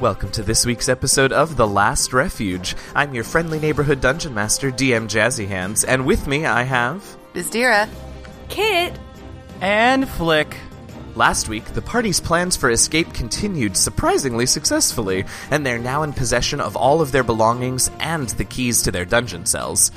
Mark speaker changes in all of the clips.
Speaker 1: Welcome to this week's episode of The Last Refuge. I'm your friendly neighborhood dungeon master, DM Jazzy Hands, and with me I have.
Speaker 2: Bizdira.
Speaker 3: Kit.
Speaker 4: And Flick.
Speaker 1: Last week, the party's plans for escape continued surprisingly successfully, and they're now in possession of all of their belongings and the keys to their dungeon cells.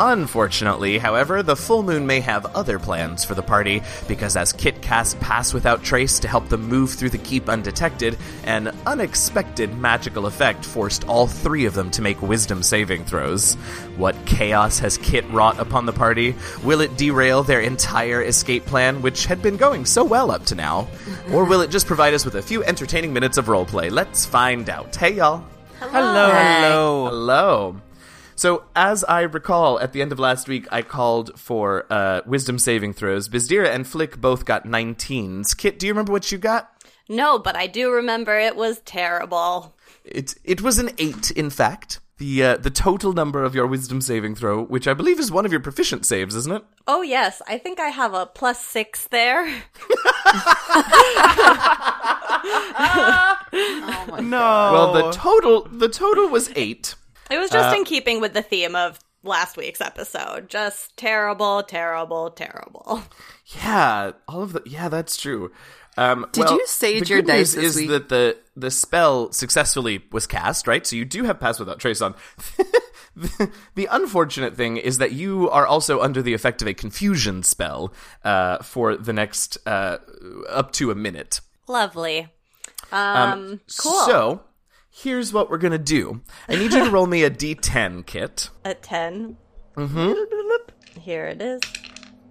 Speaker 1: Unfortunately, however, the full moon may have other plans for the party, because as Kit cast Pass Without Trace to help them move through the keep undetected, an unexpected magical effect forced all three of them to make wisdom saving throws. What chaos has Kit wrought upon the party? Will it derail their entire escape plan, which had been going so well up to now? Or will it just provide us with a few entertaining minutes of roleplay? Let's find out. Hey, y'all.
Speaker 4: Hello, hello.
Speaker 1: Hello. So, as I recall, at the end of last week, I called for uh, wisdom saving throws. Bizdira and Flick both got 19s. Kit, do you remember what you got?
Speaker 3: No, but I do remember it was terrible.
Speaker 1: It it was an eight, in fact. The uh, the total number of your wisdom saving throw, which I believe is one of your proficient saves, isn't it?
Speaker 3: Oh, yes, I think I have a plus six there.
Speaker 4: No.
Speaker 1: Well,
Speaker 2: Oh.
Speaker 1: the total the total was eight.
Speaker 3: It was just in keeping with the theme of last week's episode. Just terrible, terrible, terrible.
Speaker 1: Yeah, all of the yeah, that's true. Um,
Speaker 2: Did
Speaker 1: well,
Speaker 2: you sage
Speaker 1: the
Speaker 2: your
Speaker 1: good news
Speaker 2: dice
Speaker 1: is
Speaker 2: this week?
Speaker 1: that the the spell successfully was cast, right? So you do have pass without trace on. the, the unfortunate thing is that you are also under the effect of a confusion spell uh, for the next uh, up to a minute.
Speaker 3: Lovely. Um, cool.
Speaker 1: So here's what we're gonna do. I need you to roll me a d10, Kit.
Speaker 3: a 10. Here it is.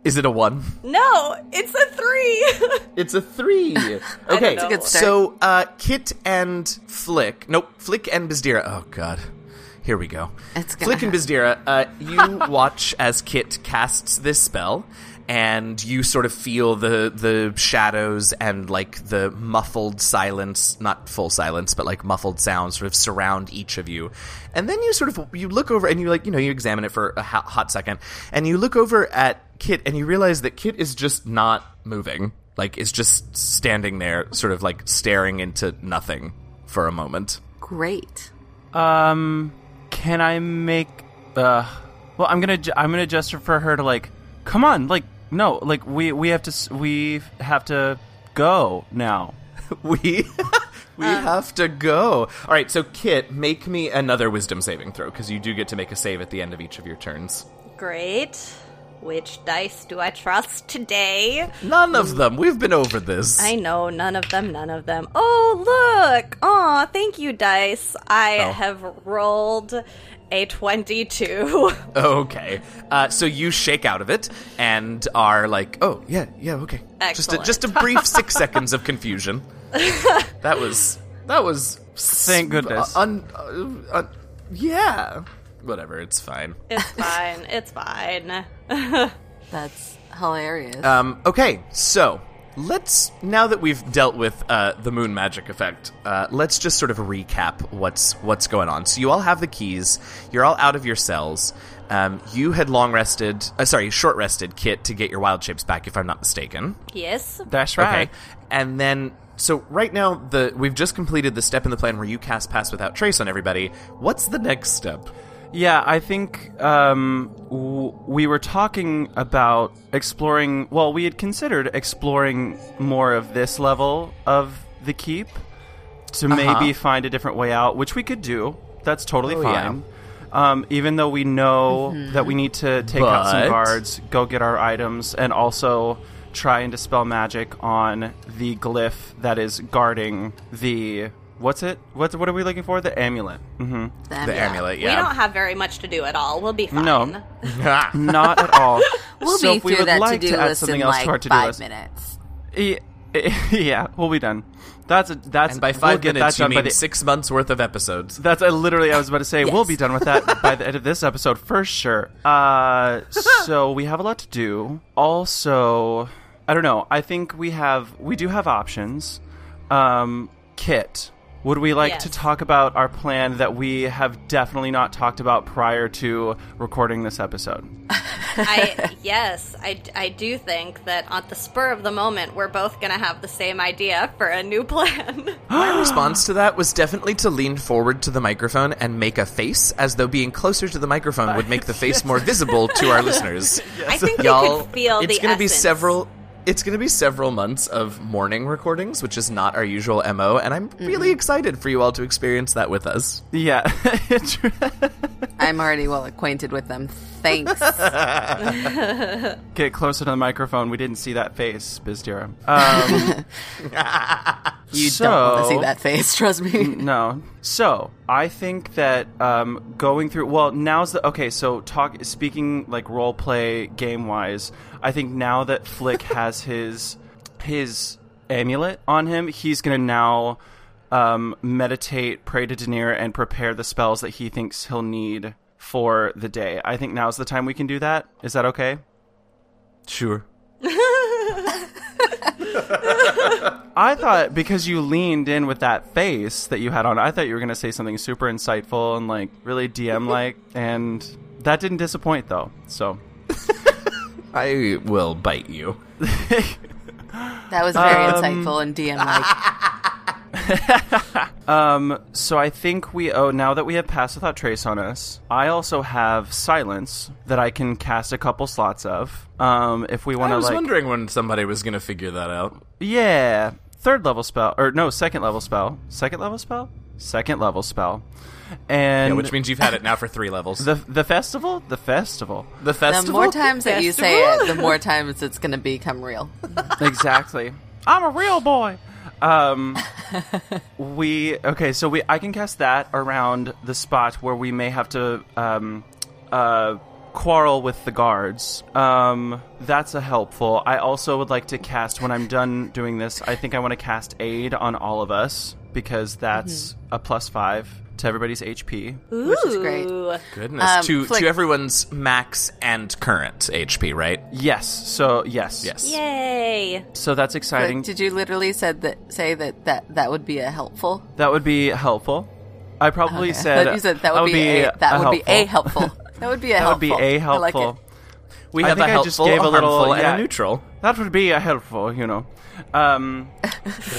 Speaker 1: Is it a one?
Speaker 3: No, it's a 3.
Speaker 1: It's a three. Okay,
Speaker 3: It's a
Speaker 2: good start.
Speaker 1: so uh, Kit and Flick. Nope, Flick and Bizdira. Oh God, here we go.
Speaker 2: It's gonna
Speaker 1: Flick and Bizdira. Uh, you watch as Kit casts this spell, and you sort of feel the the shadows and like the muffled silence, not full silence, but like muffled sounds, sort of surround each of you. And then you sort of you look over and you like you know you examine it for a ho- hot second, and you look over at Kit and you realize that Kit is just not moving. Like is just standing there, sort of like staring into nothing for a moment.
Speaker 2: Great.
Speaker 4: um, can I make? Uh, well, I'm gonna ju- I'm gonna gesture for her to like, come on, like no, like we we have to s- we have to go now.
Speaker 1: We we
Speaker 3: Um,
Speaker 1: have to go. All right, so Kit, make me another wisdom saving throw because you do get to make a save at the end of each of your turns.
Speaker 3: Great. Which dice do I trust today?
Speaker 1: None of them. We've been over this.
Speaker 3: I know, none of them, none of them. Oh, look! Aw, thank you, Dice. I
Speaker 1: Oh.
Speaker 3: have rolled a 22.
Speaker 1: Okay. Uh, so you shake out of it and are like, "Oh, yeah, yeah, okay." Just a,
Speaker 3: Excellent.
Speaker 1: just a brief 6 seconds of confusion. that was that was
Speaker 4: Thank goodness.
Speaker 1: un, uh, un, yeah. Whatever, it's fine.
Speaker 3: it's fine, it's fine.
Speaker 2: That's hilarious.
Speaker 4: Uh,
Speaker 1: Um, okay, so let's now that we've dealt with uh, the moon magic effect, uh, let's just sort of recap what's what's going on. So you all have the keys. You're all out of your cells. Um, you had long rested, uh, sorry, short rested, Kit, to get your wild shapes back, if I'm not mistaken.
Speaker 3: yes?
Speaker 4: That's right.
Speaker 1: Okay, and then so right now the we've just completed the step in the plan where you cast pass without trace on everybody. What's the next step?
Speaker 4: Yeah, I think um, w- we were talking about exploring. Well, we had considered exploring more of this level of the keep
Speaker 1: Uh-huh.
Speaker 4: to maybe find a different way out, which we could do. That's totally
Speaker 1: Oh, yeah. Mm-hmm.
Speaker 4: fine. Um, even though we know that we need to take out
Speaker 1: But-
Speaker 4: some guards, go get our items, and also try and dispel magic on the glyph that is guarding the what's it? What's what are we looking for? The amulet. hmm
Speaker 1: The amulet,
Speaker 3: We
Speaker 1: yeah.
Speaker 3: don't have very much to do at all. We'll be fine.
Speaker 4: No. Not at all.
Speaker 2: we'll
Speaker 4: so
Speaker 2: be
Speaker 4: if we
Speaker 2: through
Speaker 4: would
Speaker 2: that
Speaker 4: like
Speaker 2: to-do
Speaker 4: to add
Speaker 2: list
Speaker 4: something
Speaker 2: in
Speaker 4: else
Speaker 2: like
Speaker 4: to our to-do
Speaker 2: five
Speaker 4: list,
Speaker 2: minutes.
Speaker 4: E- e- yeah, we'll be done. That's a, that's
Speaker 1: and by
Speaker 4: we'll
Speaker 1: 5
Speaker 4: get
Speaker 1: minutes
Speaker 4: that
Speaker 1: you
Speaker 4: done by
Speaker 1: mean
Speaker 4: the,
Speaker 1: 6 months worth of episodes.
Speaker 4: That's I literally I was about to say we'll
Speaker 2: Yes.
Speaker 4: be done with that by the end of this episode for sure. Uh, so we have a lot to do. Also, I don't know. I think we have we do have options. Um, Kit, would we like to
Speaker 3: Yes.
Speaker 4: talk about our plan that we have definitely not talked about prior to recording this episode?
Speaker 3: I yes, I, I do think that on the spur of the moment, we're both gonna have the same idea for a new plan.
Speaker 1: My response to that was definitely to lean forward to the microphone and make a face, as though being closer to the microphone would make the face more visible to our listeners.
Speaker 3: I think we
Speaker 1: Y'all,
Speaker 3: could feel
Speaker 1: it's
Speaker 3: the
Speaker 1: gonna be
Speaker 3: essence.
Speaker 1: several. It's going to be several months of morning recordings, which is not our usual MO, and I'm really excited for you all to experience that with us.
Speaker 4: Yeah.
Speaker 2: I'm already well acquainted with them. Thanks.
Speaker 4: Get closer to the microphone. We didn't see that face, Bizdira. Um,
Speaker 2: You
Speaker 4: so,
Speaker 2: don't want to see that face, trust me.
Speaker 4: No. So I think that um, going through well now's the okay. So talk speaking like role play game wise. I think now that Flick has his his amulet on him, he's gonna now um, meditate, pray to Daenerys, and prepare the spells that he thinks he'll need for the day. I think now's the time we can do that. Is that okay?
Speaker 1: Sure.
Speaker 4: I thought because you leaned in with that face that you had on, I thought you were going to say something super insightful and like really DM like, and that didn't disappoint though. So
Speaker 1: I will bite you.
Speaker 2: That was very
Speaker 4: Um,
Speaker 2: insightful and DM like.
Speaker 4: So I think we owe now that we have Pass Without Trace on us. I also have Silence that I can cast a couple slots of. Um, if we want
Speaker 1: I
Speaker 4: to
Speaker 1: was
Speaker 4: like,
Speaker 1: wondering when somebody was going to figure that out.
Speaker 4: yeah, third level spell or no, second level spell, second level spell, second level spell, and
Speaker 1: Yeah, which means you've had it now for three levels.
Speaker 4: the the festival, the festival,
Speaker 1: The
Speaker 2: The
Speaker 1: festival.
Speaker 2: more times that you say it,
Speaker 3: Festival?
Speaker 2: the more times it's going to become real.
Speaker 4: exactly. I'm a real boy. Um, we okay. So we I can cast that around the spot where we may have to um, uh, quarrel with the guards. Um, that's a helpful. I also would like to cast when I'm done doing this. I think I want to cast aid on all of us because that's
Speaker 2: Mm-hmm.
Speaker 4: a plus five to everybody's HP.
Speaker 3: Ooh.
Speaker 2: Which is great.
Speaker 1: Goodness,
Speaker 2: Um,
Speaker 1: to
Speaker 2: Flick-
Speaker 1: to everyone's max and current HP, right?
Speaker 4: Yes. So yes.
Speaker 1: Yes.
Speaker 3: Yay!
Speaker 4: So that's exciting.
Speaker 2: Like, did you literally said that say that, that that would be a helpful?
Speaker 4: that would be helpful. I probably
Speaker 2: Okay.
Speaker 4: said
Speaker 2: you said that would, be, a, that would be a helpful. That would be a
Speaker 4: That would
Speaker 2: helpful.
Speaker 4: be a
Speaker 2: I like it.
Speaker 4: helpful.
Speaker 1: We
Speaker 4: I
Speaker 1: have
Speaker 4: think
Speaker 1: a
Speaker 4: I
Speaker 1: helpful,
Speaker 4: just gave a
Speaker 1: a
Speaker 4: little-
Speaker 1: harmful,
Speaker 4: yeah.
Speaker 1: and a neutral.
Speaker 4: That would be a helpful, you know. Um,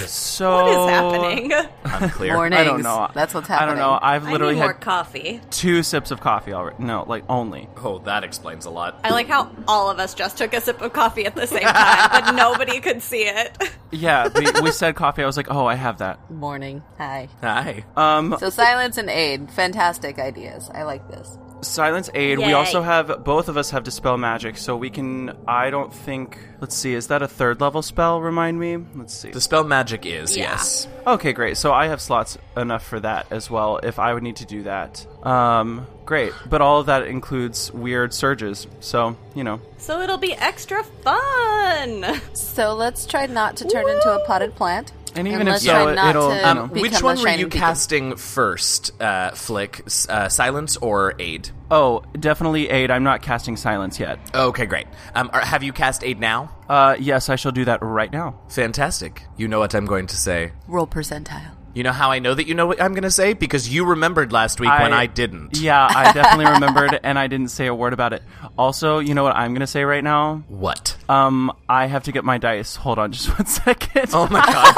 Speaker 4: so
Speaker 3: What
Speaker 1: Oh.
Speaker 3: is happening?
Speaker 1: Unclear.
Speaker 2: Mornings.
Speaker 4: I don't know.
Speaker 2: That's what's
Speaker 4: I
Speaker 2: happening.
Speaker 4: don't know. I've
Speaker 3: I need
Speaker 4: literally
Speaker 3: more
Speaker 4: had
Speaker 3: coffee.
Speaker 4: two sips of coffee already. No, like only.
Speaker 1: Oh, that explains a lot.
Speaker 4: Uh,
Speaker 3: I like how all of us just took a sip of coffee at the same time, but nobody could see it.
Speaker 4: Yeah, we, we said coffee. I was like, oh, I have that.
Speaker 2: Morning. Hi.
Speaker 1: Hi.
Speaker 4: Um,
Speaker 2: So silence and aid. Fantastic ideas. I like this.
Speaker 4: silence aid. We
Speaker 3: Yay.
Speaker 4: also have both of us have dispel magic, so we can. I don't think. Let's see. Is that a third level spell? Remind me. Let's see.
Speaker 1: The spell magic is
Speaker 3: Yeah.
Speaker 1: yes.
Speaker 4: Okay, great. So I have slots enough for that as well. If I would need to do that, um, great. But all of that includes weird surges. So you know.
Speaker 3: so it'll be extra fun.
Speaker 2: So let's try not to turn into a potted plant.
Speaker 4: And even if
Speaker 2: let's
Speaker 4: so,
Speaker 2: try
Speaker 4: it-
Speaker 2: not
Speaker 4: it'll-
Speaker 2: to
Speaker 4: you know.
Speaker 1: Um,
Speaker 2: become
Speaker 1: which one
Speaker 2: a
Speaker 1: were
Speaker 2: shining
Speaker 1: you
Speaker 2: beacon.
Speaker 1: casting first, uh, Flick? S- Uh, silence or aid?
Speaker 4: Oh, definitely aid. I'm not casting silence yet.
Speaker 1: Okay, great. Um, are, have you cast aid now?
Speaker 4: Uh, yes, I shall do that right now.
Speaker 1: Fantastic. You know what I'm going to say.
Speaker 2: Roll percentile.
Speaker 1: You know how I know that you know what I'm going to say because you remembered last week when I didn't.
Speaker 4: Yeah, I definitely remembered, and I didn't say a word about it. Also, you know what I'm gonna say right now?
Speaker 1: What?
Speaker 4: Um, I have to get my dice. Hold on, just one second.
Speaker 1: oh my god.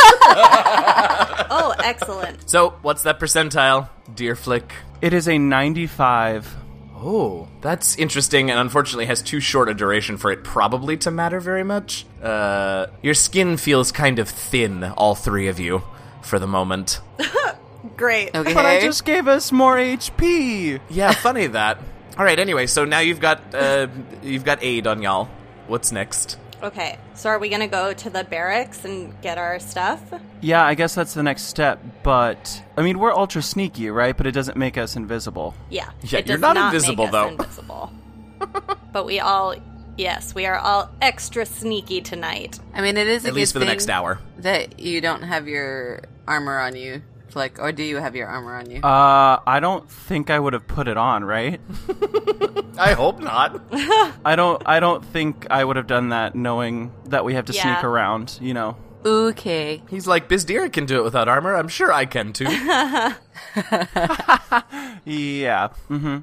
Speaker 3: Oh, excellent.
Speaker 1: so, what's that percentile, dear Flick?
Speaker 4: It is a 95.
Speaker 1: Oh, that's interesting, and unfortunately has too short a duration for it probably to matter very much. Uh, your skin feels kind of thin, all three of you, for the moment.
Speaker 3: Great.
Speaker 1: Oh.
Speaker 2: Okay.
Speaker 4: But I just gave us more HP.
Speaker 1: Yeah, funny that. All right. Anyway, so now you've got uh, you've got aid on y'all. What's next?
Speaker 3: Okay, so are we gonna go to the barracks and get our stuff?
Speaker 4: Yeah, I guess that's the next step. But I mean, we're ultra sneaky, right? But it doesn't make us invisible.
Speaker 3: Yeah.
Speaker 1: Yeah,
Speaker 3: it does
Speaker 1: you're not
Speaker 3: make
Speaker 1: invisible,
Speaker 3: us
Speaker 1: though.
Speaker 3: Invisible. but we all, yes, we are all extra sneaky tonight.
Speaker 2: I mean, it is a
Speaker 1: At least for
Speaker 2: good
Speaker 1: the
Speaker 2: thing
Speaker 1: next hour.
Speaker 2: that you don't have your armor on you, like, or do you have your armor on you?
Speaker 4: Uh, I don't think I would have put it on, right?
Speaker 1: I hope not.
Speaker 4: I don't. I don't think I would have done that, knowing that we have to
Speaker 3: Yeah.
Speaker 4: sneak around. You know.
Speaker 2: Okay.
Speaker 1: He's like, Bizdira can do it without armor. I'm sure I can too.
Speaker 4: Yeah. hmm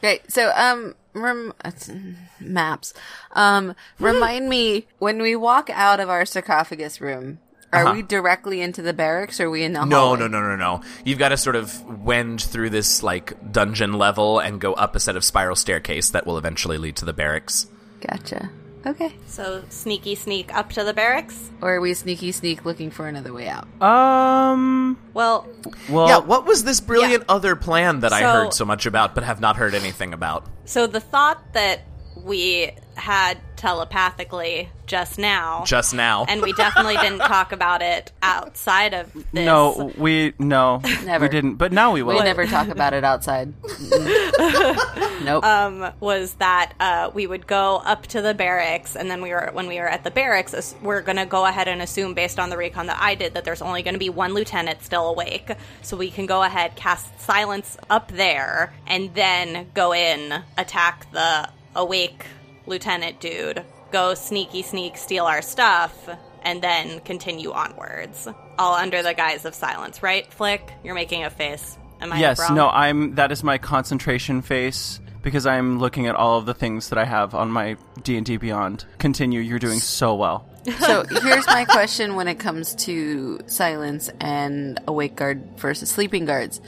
Speaker 2: Great. So, um, rem- maps. Um, remind me when we walk out of our sarcophagus room, are
Speaker 4: Uh-huh.
Speaker 2: we directly into the barracks or are we in the
Speaker 1: No,
Speaker 2: hallway?
Speaker 1: no, no, no, no. You've got to sort of wend through this like dungeon level and go up a set of spiral staircase that will eventually lead to the barracks.
Speaker 2: Gotcha. Okay.
Speaker 3: So sneaky sneak up to the barracks.
Speaker 2: Or are we sneaky sneak looking for another way out?
Speaker 4: Um.
Speaker 3: Well,
Speaker 4: Well.
Speaker 1: yeah, Uh, what was this brilliant other plan that I
Speaker 3: So-
Speaker 1: heard so much about but have not heard anything about?
Speaker 3: so the thought that we had telepathically just now,
Speaker 1: Just now.
Speaker 3: and we definitely didn't talk about it outside of this.
Speaker 4: No, we no,
Speaker 2: Never.
Speaker 4: we didn't. But now we will.
Speaker 2: We never talk about it outside. Mm-mm. nope.
Speaker 3: um, was that uh, we would go up to the barracks, and then we were when we were at the barracks, as- we're going to go ahead and assume based on the recon that I did that there's only going to be one lieutenant still awake, so we can go ahead cast silence up there, and then go in attack the awake lieutenant dude, go sneaky sneak steal our stuff, and then continue onwards, all under the guise of silence. Right, Flick? You're making a face. Am I
Speaker 4: Yes.
Speaker 3: wrong?
Speaker 4: No. I'm. That is my concentration face because I'm looking at all of the things that I have on my D and D Beyond. Continue. You're doing so well.
Speaker 2: So here's my question when it comes to silence and awake guard versus sleeping guards.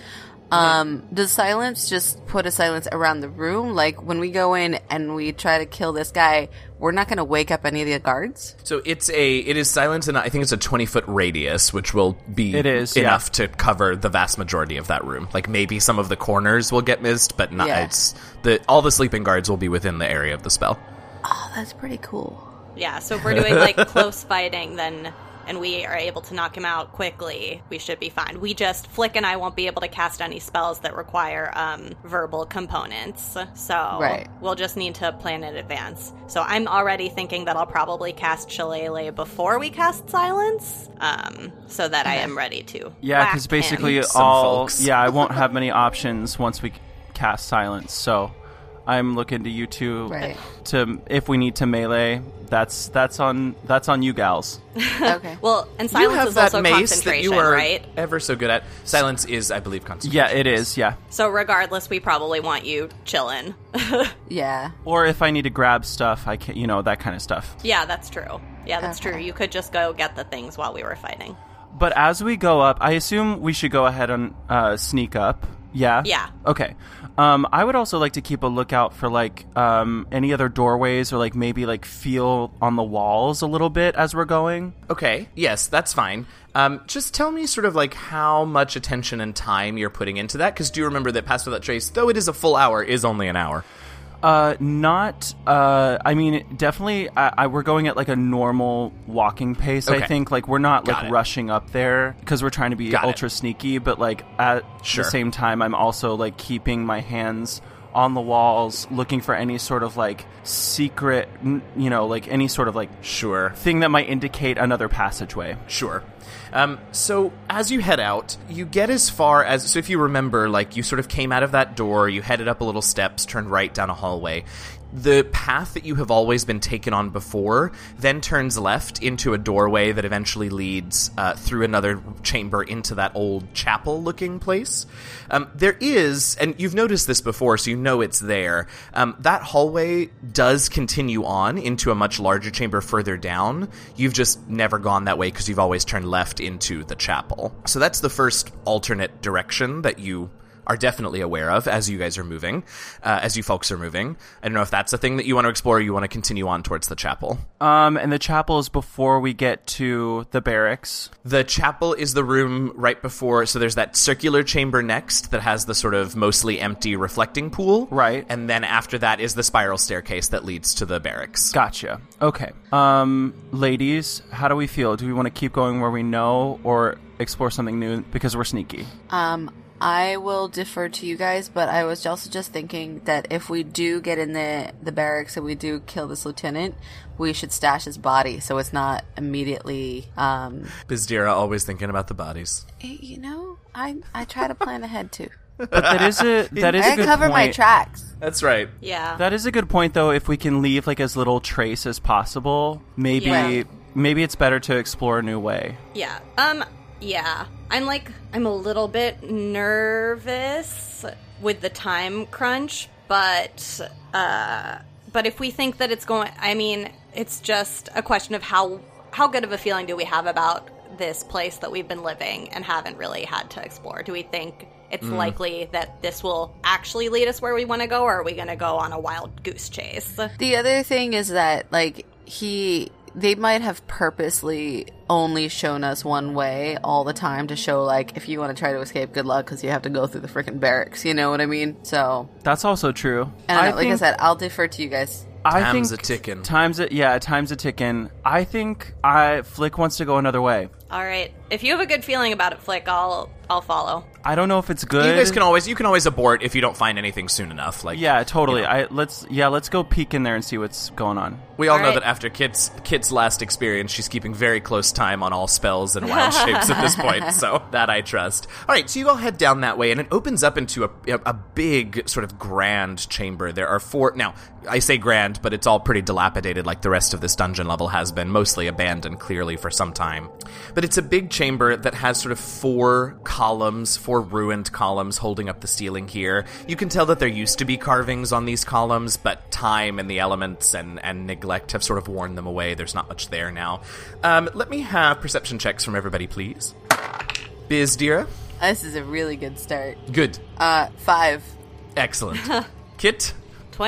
Speaker 2: Um, does silence just put a silence around the room? Like when we go in and we try to kill this guy, we're not going to wake up any of the guards.
Speaker 1: So it's a it is silence and I think it's a 20 foot radius which will be
Speaker 4: It is, yeah.
Speaker 1: enough to cover the vast majority of that room. Like maybe some of the corners will get missed but not
Speaker 2: Yeah.
Speaker 1: it's the all the sleeping guards will be within the area of the spell.
Speaker 2: Oh, that's pretty cool.
Speaker 3: Yeah, so if we're doing like close fighting, then and we are able to knock him out quickly, we should be fine. We just Flick and I won't be able to cast any spells that require um, verbal components, so
Speaker 2: Right.
Speaker 3: we'll just need to plan in advance. So I'm already thinking that I'll probably cast Shillelagh before we cast Silence, um, so that I am ready to.
Speaker 4: Yeah.
Speaker 3: whack
Speaker 4: Because basically
Speaker 3: him.
Speaker 1: Some
Speaker 4: all.
Speaker 1: folks.
Speaker 4: Yeah. I won't have many options once we cast silence. So I'm looking to you two
Speaker 2: Right.
Speaker 4: to if we need to melee. That's that's on that's on you gals.
Speaker 2: Okay.
Speaker 3: Well, and silence
Speaker 1: you have
Speaker 3: is
Speaker 1: that
Speaker 3: also
Speaker 1: mace that
Speaker 3: concentration,
Speaker 1: you are
Speaker 3: right?
Speaker 1: ever so good at. Silence is I believe concentration.
Speaker 4: Yeah. It is. Yeah.
Speaker 3: So regardless, we probably want you chillin'.
Speaker 2: yeah.
Speaker 4: Or if I need to grab stuff, I can. You know that kind of stuff.
Speaker 3: Yeah, that's true. Yeah, that's
Speaker 2: Okay.
Speaker 3: true. You could just go get the things while we were fighting.
Speaker 4: But as we go up, I assume we should go ahead and uh, sneak up. Yeah.
Speaker 3: Yeah.
Speaker 4: Okay. Um, I would also like to keep a lookout for like um, any other doorways or like maybe like feel on the walls a little bit as we're going.
Speaker 1: Okay. Yes, that's fine. Um, just tell me sort of like how much attention and time you're putting into that, because do remember that Pass Without Trace, though it is a full hour, is only an hour.
Speaker 4: Uh, not. Uh, I mean, definitely. uh, I, I we're going at like a normal walking pace.
Speaker 1: Okay.
Speaker 4: I think like we're not
Speaker 1: Got
Speaker 4: like
Speaker 1: it.
Speaker 4: rushing up there because we're trying to be
Speaker 1: Got it.
Speaker 4: ultra sneaky. But like at
Speaker 1: Sure.
Speaker 4: the same time, I'm also like keeping my hands on the walls, looking for any sort of like secret, n- you know, like any sort of like
Speaker 1: Sure.
Speaker 4: thing that might indicate another passageway.
Speaker 1: Sure. Um, so as you head out, you get as far as so if you remember, like you sort of came out of that door, you headed up a little steps, turned right down a hallway. The path that you have always been taken on before then turns left into a doorway that eventually leads uh, through another chamber into that old chapel looking place. Um, there is, and you've noticed this before, so you know it's there. Um, that hallway does continue on into a much larger chamber further down. You've just never gone that way because you've always turned left into the chapel. So that's the first alternate direction that you are definitely aware of as you guys are moving, uh, as you folks are moving. I don't know if that's a thing that you want to explore. Or you want to continue on towards the chapel.
Speaker 4: Um, and the chapel is before we get to the barracks.
Speaker 1: The chapel is the room right before, so there's that circular chamber next that has the sort of mostly empty reflecting pool.
Speaker 4: Right.
Speaker 1: And then after that is the spiral staircase that leads to the barracks.
Speaker 4: Gotcha. Okay. Um, ladies, how do we feel? Do we want to keep going where we know or explore something new because we're sneaky?
Speaker 2: Um, I will defer to you guys, but I was also just thinking that if we do get in the the barracks and we do kill this lieutenant, we should stash his body so it's not immediately. Um,
Speaker 1: Bizdira always thinking about the bodies.
Speaker 2: eh, you know, I I try to plan ahead too.
Speaker 4: But that is a that is a
Speaker 2: I
Speaker 4: good
Speaker 2: cover
Speaker 4: point.
Speaker 2: my tracks.
Speaker 1: That's right.
Speaker 3: Yeah.
Speaker 4: that is a good point though if we can leave like as little trace as possible, maybe
Speaker 2: Yeah.
Speaker 4: maybe it's better to explore a new way.
Speaker 3: Yeah. Um yeah. I'm like I'm a little bit nervous with the time crunch, but uh but if we think that it's going I mean, it's just a question of how how good of a feeling do we have about this place that we've been living and haven't really had to explore? Do we think it's likely that this will actually lead us where we want to go or are we going to go on a wild goose chase?
Speaker 2: The other thing is that like he they might have purposely only shown us one way all the time to show like if you want to try to escape good luck because you have to go through the freaking barracks you know what i mean so
Speaker 4: That's also true.
Speaker 2: and I don't know, like i
Speaker 4: think-
Speaker 2: said i'll defer to you guys
Speaker 4: I
Speaker 1: Time's
Speaker 4: think
Speaker 1: a tickin'.
Speaker 4: Time's a yeah, time's a ticking. I think I Flick wants to go another way.
Speaker 3: All right. If you have a good feeling about it, Flick, I'll I'll follow.
Speaker 4: I don't know if it's good.
Speaker 1: You guys can always you can always abort if you don't find anything soon enough. Like
Speaker 4: yeah, totally. I let's yeah, let's go peek in there and see what's going on.
Speaker 1: we all know
Speaker 3: Alright.
Speaker 1: that after Kit's Kit's last experience, she's keeping very close time on all spells and wild shapes at this point. So that I trust. All right, so you all head down that way, and it opens up into a a a big sort of grand chamber. There are four now. I say grand, but it's all pretty dilapidated, like the rest of this dungeon level has been, mostly abandoned clearly for some time. But it's a big chamber that has sort of four columns, four ruined columns holding up the ceiling here. You can tell that there used to be carvings on these columns, but time and the elements and, and neglect have sort of worn them away. There's not much there now. Um, let me have perception checks from everybody, please. Biz Dira?
Speaker 2: this is a really good start
Speaker 1: Good.
Speaker 2: uh five
Speaker 1: Excellent. Kit?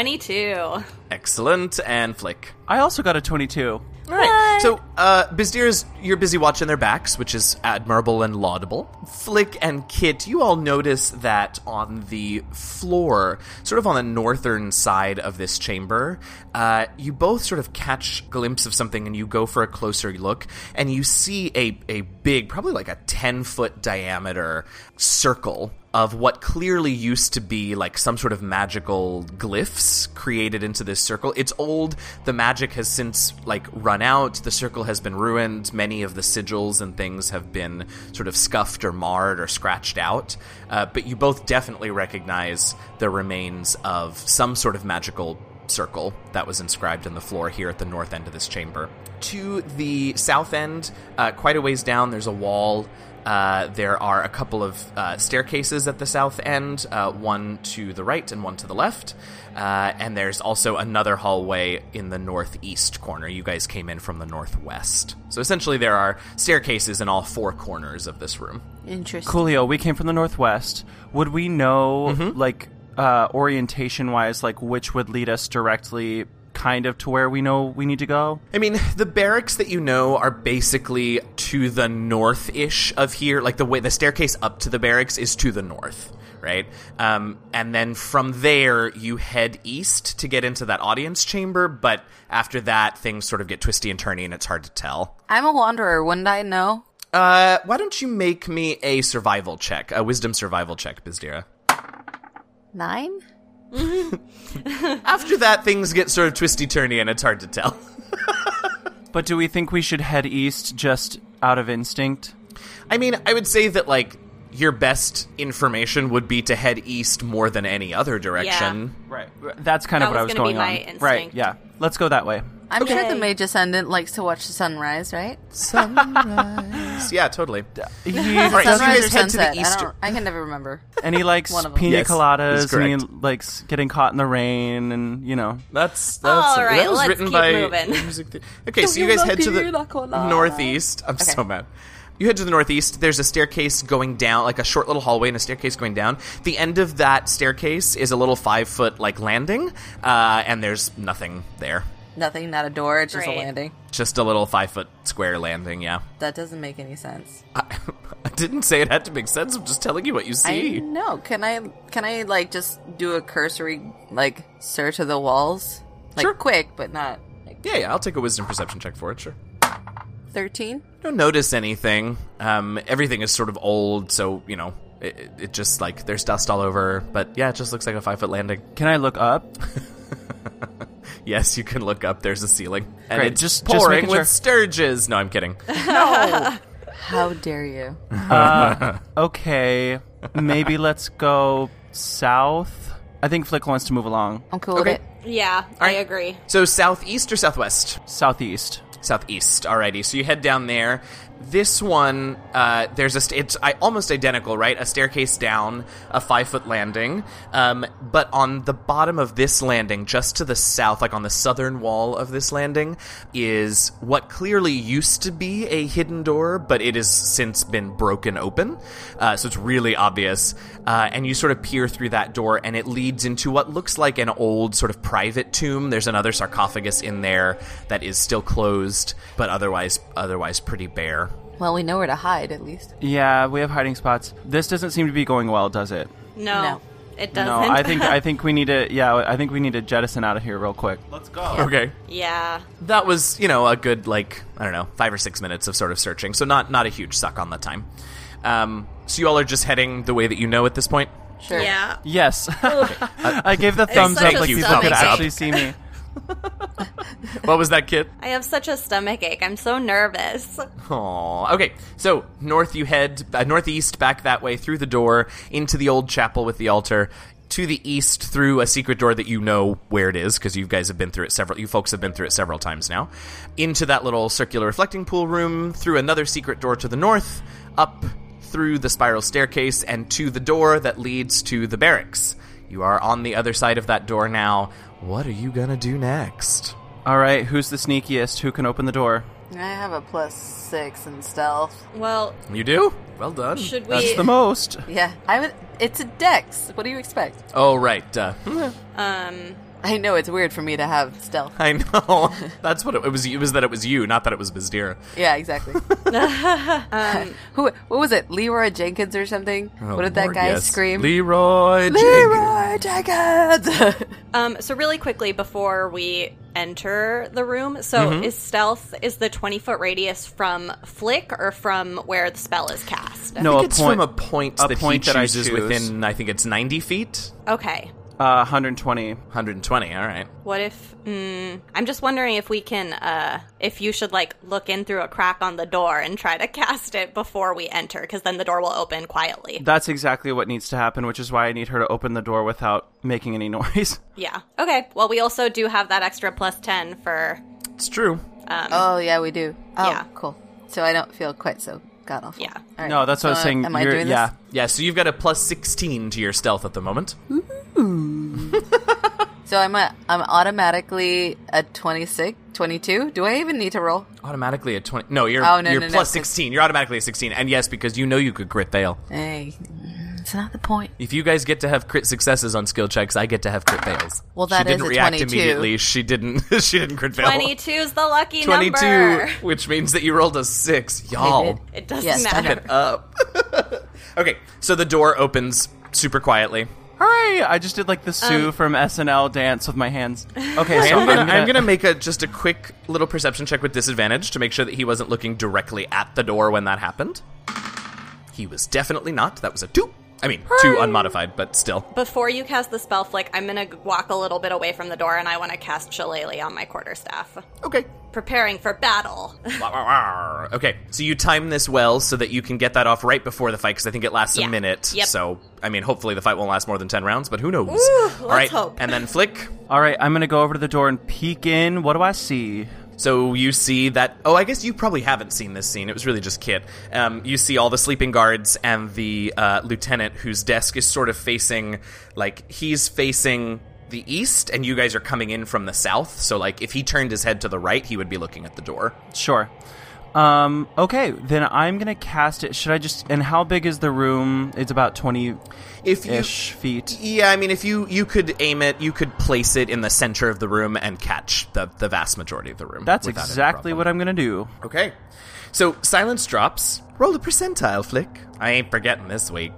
Speaker 3: 22.
Speaker 1: Excellent. And Flick?
Speaker 4: I also got a 22.
Speaker 1: All right. So, uh, Bizdir's, you're busy watching their backs, which is admirable and laudable. Flick and Kit, you all notice that on the floor, sort of on the northern side of this chamber, uh, you both sort of catch glimpse of something and you go for a closer look, and you see a, a big, probably like a 10 foot diameter circle of what clearly used to be like some sort of magical glyphs created into this circle. It's old. The magic has since like run out. The circle has been ruined. Many of the sigils and things have been sort of scuffed or marred or scratched out. Uh, but you both definitely recognize the remains of some sort of magical circle that was inscribed in the floor here at the north end of this chamber. To the south end, uh, quite a ways down, there's a wall. Uh, there are a couple of uh, staircases at the south end, uh, one to the right and one to the left. Uh, and there's also another hallway in the northeast corner. You guys came in from the northwest. So essentially, there are staircases in all four corners of this room.
Speaker 2: interesting
Speaker 4: Coolio, we came from the northwest. Would we know
Speaker 1: Mm-hmm.
Speaker 4: like uh, orientation wise like which would lead us directly kind of to where we know we need to go?
Speaker 1: I mean, the barracks that you know are basically to the north-ish of here. Like the way the staircase up to the barracks is to the north, right? Um, and then from there you head east to get into that audience chamber. But after that, things sort of get twisty and turny, and it's hard to tell.
Speaker 2: i'm a wanderer wouldn't i know
Speaker 1: Uh, why don't you make me a survival check, a wisdom survival check, Bizdira?
Speaker 2: nine
Speaker 1: After that, things get sort of twisty turny, and it's hard to tell.
Speaker 4: But do we think we should head east just out of instinct?
Speaker 1: I mean, I would say that like your best information would be to head east more than any other direction.
Speaker 4: Right. That's kind of
Speaker 3: That was
Speaker 4: what I was
Speaker 3: gonna
Speaker 4: going
Speaker 3: be
Speaker 4: on.
Speaker 3: my
Speaker 4: Right.
Speaker 3: instinct.
Speaker 4: Yeah. Let's go that way.
Speaker 2: i'm sure
Speaker 3: Okay.
Speaker 2: the mage ascendant likes to watch the sunrise right
Speaker 1: Sunrise. yeah, totally.
Speaker 4: He-
Speaker 1: Right, so you
Speaker 2: sunrise
Speaker 1: guys
Speaker 2: or
Speaker 1: head to the
Speaker 2: sunset I,
Speaker 1: east-
Speaker 2: don't, I can never remember
Speaker 4: and he likes
Speaker 2: One of 'em.
Speaker 4: pina
Speaker 1: Yes, he's
Speaker 4: coladas, and he
Speaker 1: correct.
Speaker 4: likes getting caught in the rain, and you know.
Speaker 1: That's that's
Speaker 3: All
Speaker 1: it.
Speaker 3: right,
Speaker 1: that was
Speaker 3: let's
Speaker 1: written
Speaker 3: keep
Speaker 1: by
Speaker 3: moving.
Speaker 1: music the- Okay, so you guys head to the northeast. I'm so mad. You head to the northeast. There's a staircase going down, like a short little hallway, and a staircase going down. The end of that staircase is a little five foot like landing, uh, and there's nothing there.
Speaker 2: nothing not a door it's just
Speaker 3: Great.
Speaker 2: a landing
Speaker 1: Just a little five foot square landing. Yeah,
Speaker 2: that doesn't make any sense
Speaker 1: I, I didn't say it had to make sense. I'm just telling you what you see.
Speaker 2: I know. Can I can I like just do a cursory like search of the walls? Like
Speaker 1: Sure.
Speaker 2: quick, but not like
Speaker 1: Yeah, yeah, I'll take a wisdom perception check for it, sure.
Speaker 2: thirteen.
Speaker 1: You don't notice anything. Um, everything is sort of old, so, you know, it, it- it just, like, there's dust all over. But yeah, it just looks like a five foot landing.
Speaker 4: Can I look up?
Speaker 1: Yes, you can look up, there's a ceiling. And
Speaker 4: Great,
Speaker 1: it's
Speaker 4: just- just
Speaker 1: pouring
Speaker 4: making
Speaker 1: with
Speaker 4: sure.
Speaker 1: sturges. No, I'm kidding.
Speaker 2: How dare you?
Speaker 4: Okay, maybe let's go south. I think Flick wants to move along
Speaker 2: I'm cool
Speaker 1: Okay.
Speaker 2: with it.
Speaker 3: Yeah, I agree.
Speaker 1: so, southeast or southwest?
Speaker 4: southeast.
Speaker 1: southeast. Alrighty, so you head down there. This one, uh, there's a st- it's I, almost identical, right? A staircase down, a five foot landing. Um, but on the bottom of this landing, just to the south, like on the southern wall of this landing, is what clearly used to be a hidden door, but it has since been broken open. Uh, so it's really obvious. Uh, and you sort of peer through that door, and it leads into what looks like an old sort of private tomb. There's another sarcophagus in there that is still closed, but otherwise otherwise pretty bare.
Speaker 2: Well, we know where to hide at least.
Speaker 4: Yeah, we have hiding spots. This doesn't seem to be going well, does it?
Speaker 3: No,
Speaker 2: No.
Speaker 3: it doesn't.
Speaker 4: No, I think I think we need to. Yeah, I think we need to jettison out of here real quick.
Speaker 5: Let's go.
Speaker 1: Okay.
Speaker 3: yeah.
Speaker 1: That was, you know, a good like I don't know, five or six minutes of sort of searching. So not not a huge suck on the time. Um, so you all are just heading the way that you know at this point.
Speaker 2: Sure.
Speaker 3: Yeah.
Speaker 4: Yes, I gave the thumbs
Speaker 3: such
Speaker 4: up
Speaker 1: a
Speaker 4: like people
Speaker 1: stomach
Speaker 4: could
Speaker 1: ache.
Speaker 4: actually see me.
Speaker 1: What was that, kid?
Speaker 3: I have such a stomach ache. I'm so nervous.
Speaker 1: Aw. Okay, so north you head, uh, northeast back that way through the door into the old chapel with the altar. To the east through a secret door that you know where it is because you guys have been through it several. You folks have been through it several times now. Into that little circular reflecting pool room through another secret door to the north, up through the spiral staircase and to the door that leads to the barracks. You are on the other side of that door now. What are you gonna do next?
Speaker 4: All right, who's the sneakiest? Who can open the door?
Speaker 2: I have a plus six in stealth.
Speaker 3: Well,
Speaker 1: You do? Well done.
Speaker 3: should we?
Speaker 4: That's the most.
Speaker 2: Yeah, I would. It's a dex. What do you expect?
Speaker 1: oh right. Uh,
Speaker 3: um,
Speaker 2: I know it's weird for me to have stealth.
Speaker 1: I know. That's what it, it was. It was that it was you, not that it was Bizdira.
Speaker 2: Yeah, exactly.
Speaker 3: um,
Speaker 2: Who? What was it? Leroy Jenkins or something?
Speaker 4: Oh,
Speaker 2: what did that guy scream?
Speaker 1: Leroy.
Speaker 2: Leroy Jenkins.
Speaker 3: um, so really quickly before we enter the room, so
Speaker 4: Mm-hmm.
Speaker 3: is stealth is the twenty foot radius from flick or from where the spell is cast?
Speaker 4: No, a
Speaker 1: it's
Speaker 4: point.
Speaker 1: from a point
Speaker 4: a
Speaker 1: that
Speaker 4: point
Speaker 1: he
Speaker 4: that I
Speaker 1: chooses
Speaker 4: choose.
Speaker 1: within. I think it's ninety feet,
Speaker 3: Okay.
Speaker 4: Uh, 120.
Speaker 1: 120. All right.
Speaker 3: What if? Mm, I'm just wondering if we can, uh, if you should like look in through a crack on the door and try to cast it before we enter, because then the door will open quietly.
Speaker 4: That's exactly what needs to happen, which is why I need her to open the door without making any noise.
Speaker 3: Yeah. Okay. Well, we also do have that extra plus ten for.
Speaker 1: It's true.
Speaker 2: oh yeah, we do. Oh,
Speaker 3: Yeah.
Speaker 2: cool. So I don't feel quite so god awful.
Speaker 3: Yeah.
Speaker 2: All right.
Speaker 4: No, that's what I was
Speaker 2: So,
Speaker 4: saying.
Speaker 2: Am I
Speaker 4: You're-
Speaker 2: doing
Speaker 4: yeah,
Speaker 1: Yeah. So you've got a plus sixteen to your stealth at the moment.
Speaker 2: this? So I'm a, I'm automatically a 26, 22. Do I even need to roll?
Speaker 1: Automatically a twenty. No, you're
Speaker 2: Oh, no,
Speaker 1: you're
Speaker 2: no, no,
Speaker 1: plus
Speaker 2: 'cause-
Speaker 1: sixteen. You're automatically a sixteen. And yes, because you know you could crit fail.
Speaker 2: Hey, it's not the point.
Speaker 1: If you guys get to have crit successes on skill checks, I get to have crit fails.
Speaker 2: Well, that
Speaker 1: she didn't
Speaker 2: is a
Speaker 1: react
Speaker 2: 22.
Speaker 1: immediately. She didn't. she didn't crit fail.
Speaker 3: 22's the lucky
Speaker 1: 22,
Speaker 3: number.
Speaker 1: which means that you rolled a six,
Speaker 2: I
Speaker 1: y'all.
Speaker 2: did.
Speaker 3: It doesn't
Speaker 2: Yes, I
Speaker 3: matter.
Speaker 2: know.
Speaker 1: up. okay, so the door opens super quietly.
Speaker 4: Hooray! I just did like the Sue from SNL dance with my hands. Okay, so
Speaker 1: Um, I'm gonna, I'm
Speaker 4: gonna-
Speaker 1: gonna make a just a quick little perception check with disadvantage to make sure that he wasn't looking directly at the door when that happened. He was definitely not. That was a two. I mean, two unmodified, but still.
Speaker 3: Before you cast the spell flick, I'm gonna g- walk a little bit away from the door, and I want to cast Shillelagh on my quarterstaff,
Speaker 1: Okay.
Speaker 3: preparing for battle.
Speaker 1: Wah, wah, wah. okay, so you time this well so that you can get that off right before the fight because I think it lasts
Speaker 3: Yeah.
Speaker 1: a minute.
Speaker 3: Yep.
Speaker 1: So, I mean, hopefully the fight won't last more than 10 rounds, but who knows? All right,
Speaker 3: hope.
Speaker 1: and then flick.
Speaker 4: All right, I'm gonna go over to the door and peek in. What do I see?
Speaker 1: So you see that. Oh, I guess you probably haven't seen this scene. It was really just Kit. Um, you see all the sleeping guards and the uh, lieutenant, whose desk is sort of facing, like he's facing the east, and you guys are coming in from the south. So like, if he turned his head to the right, he would be looking at the door.
Speaker 4: Sure. Um. Okay, then I'm gonna cast it. Should I just? And how big is the room? It's about twenty
Speaker 1: If you,
Speaker 4: ish feet.
Speaker 1: yeah, I mean, if you you could aim it, you could place it in the center of the room and catch the the vast majority of the room.
Speaker 4: That's
Speaker 1: without any
Speaker 4: exactly
Speaker 1: problem.
Speaker 4: what I'm gonna do.
Speaker 1: Okay. So silence drops. Roll a percentile flick. I ain't forgetting this week.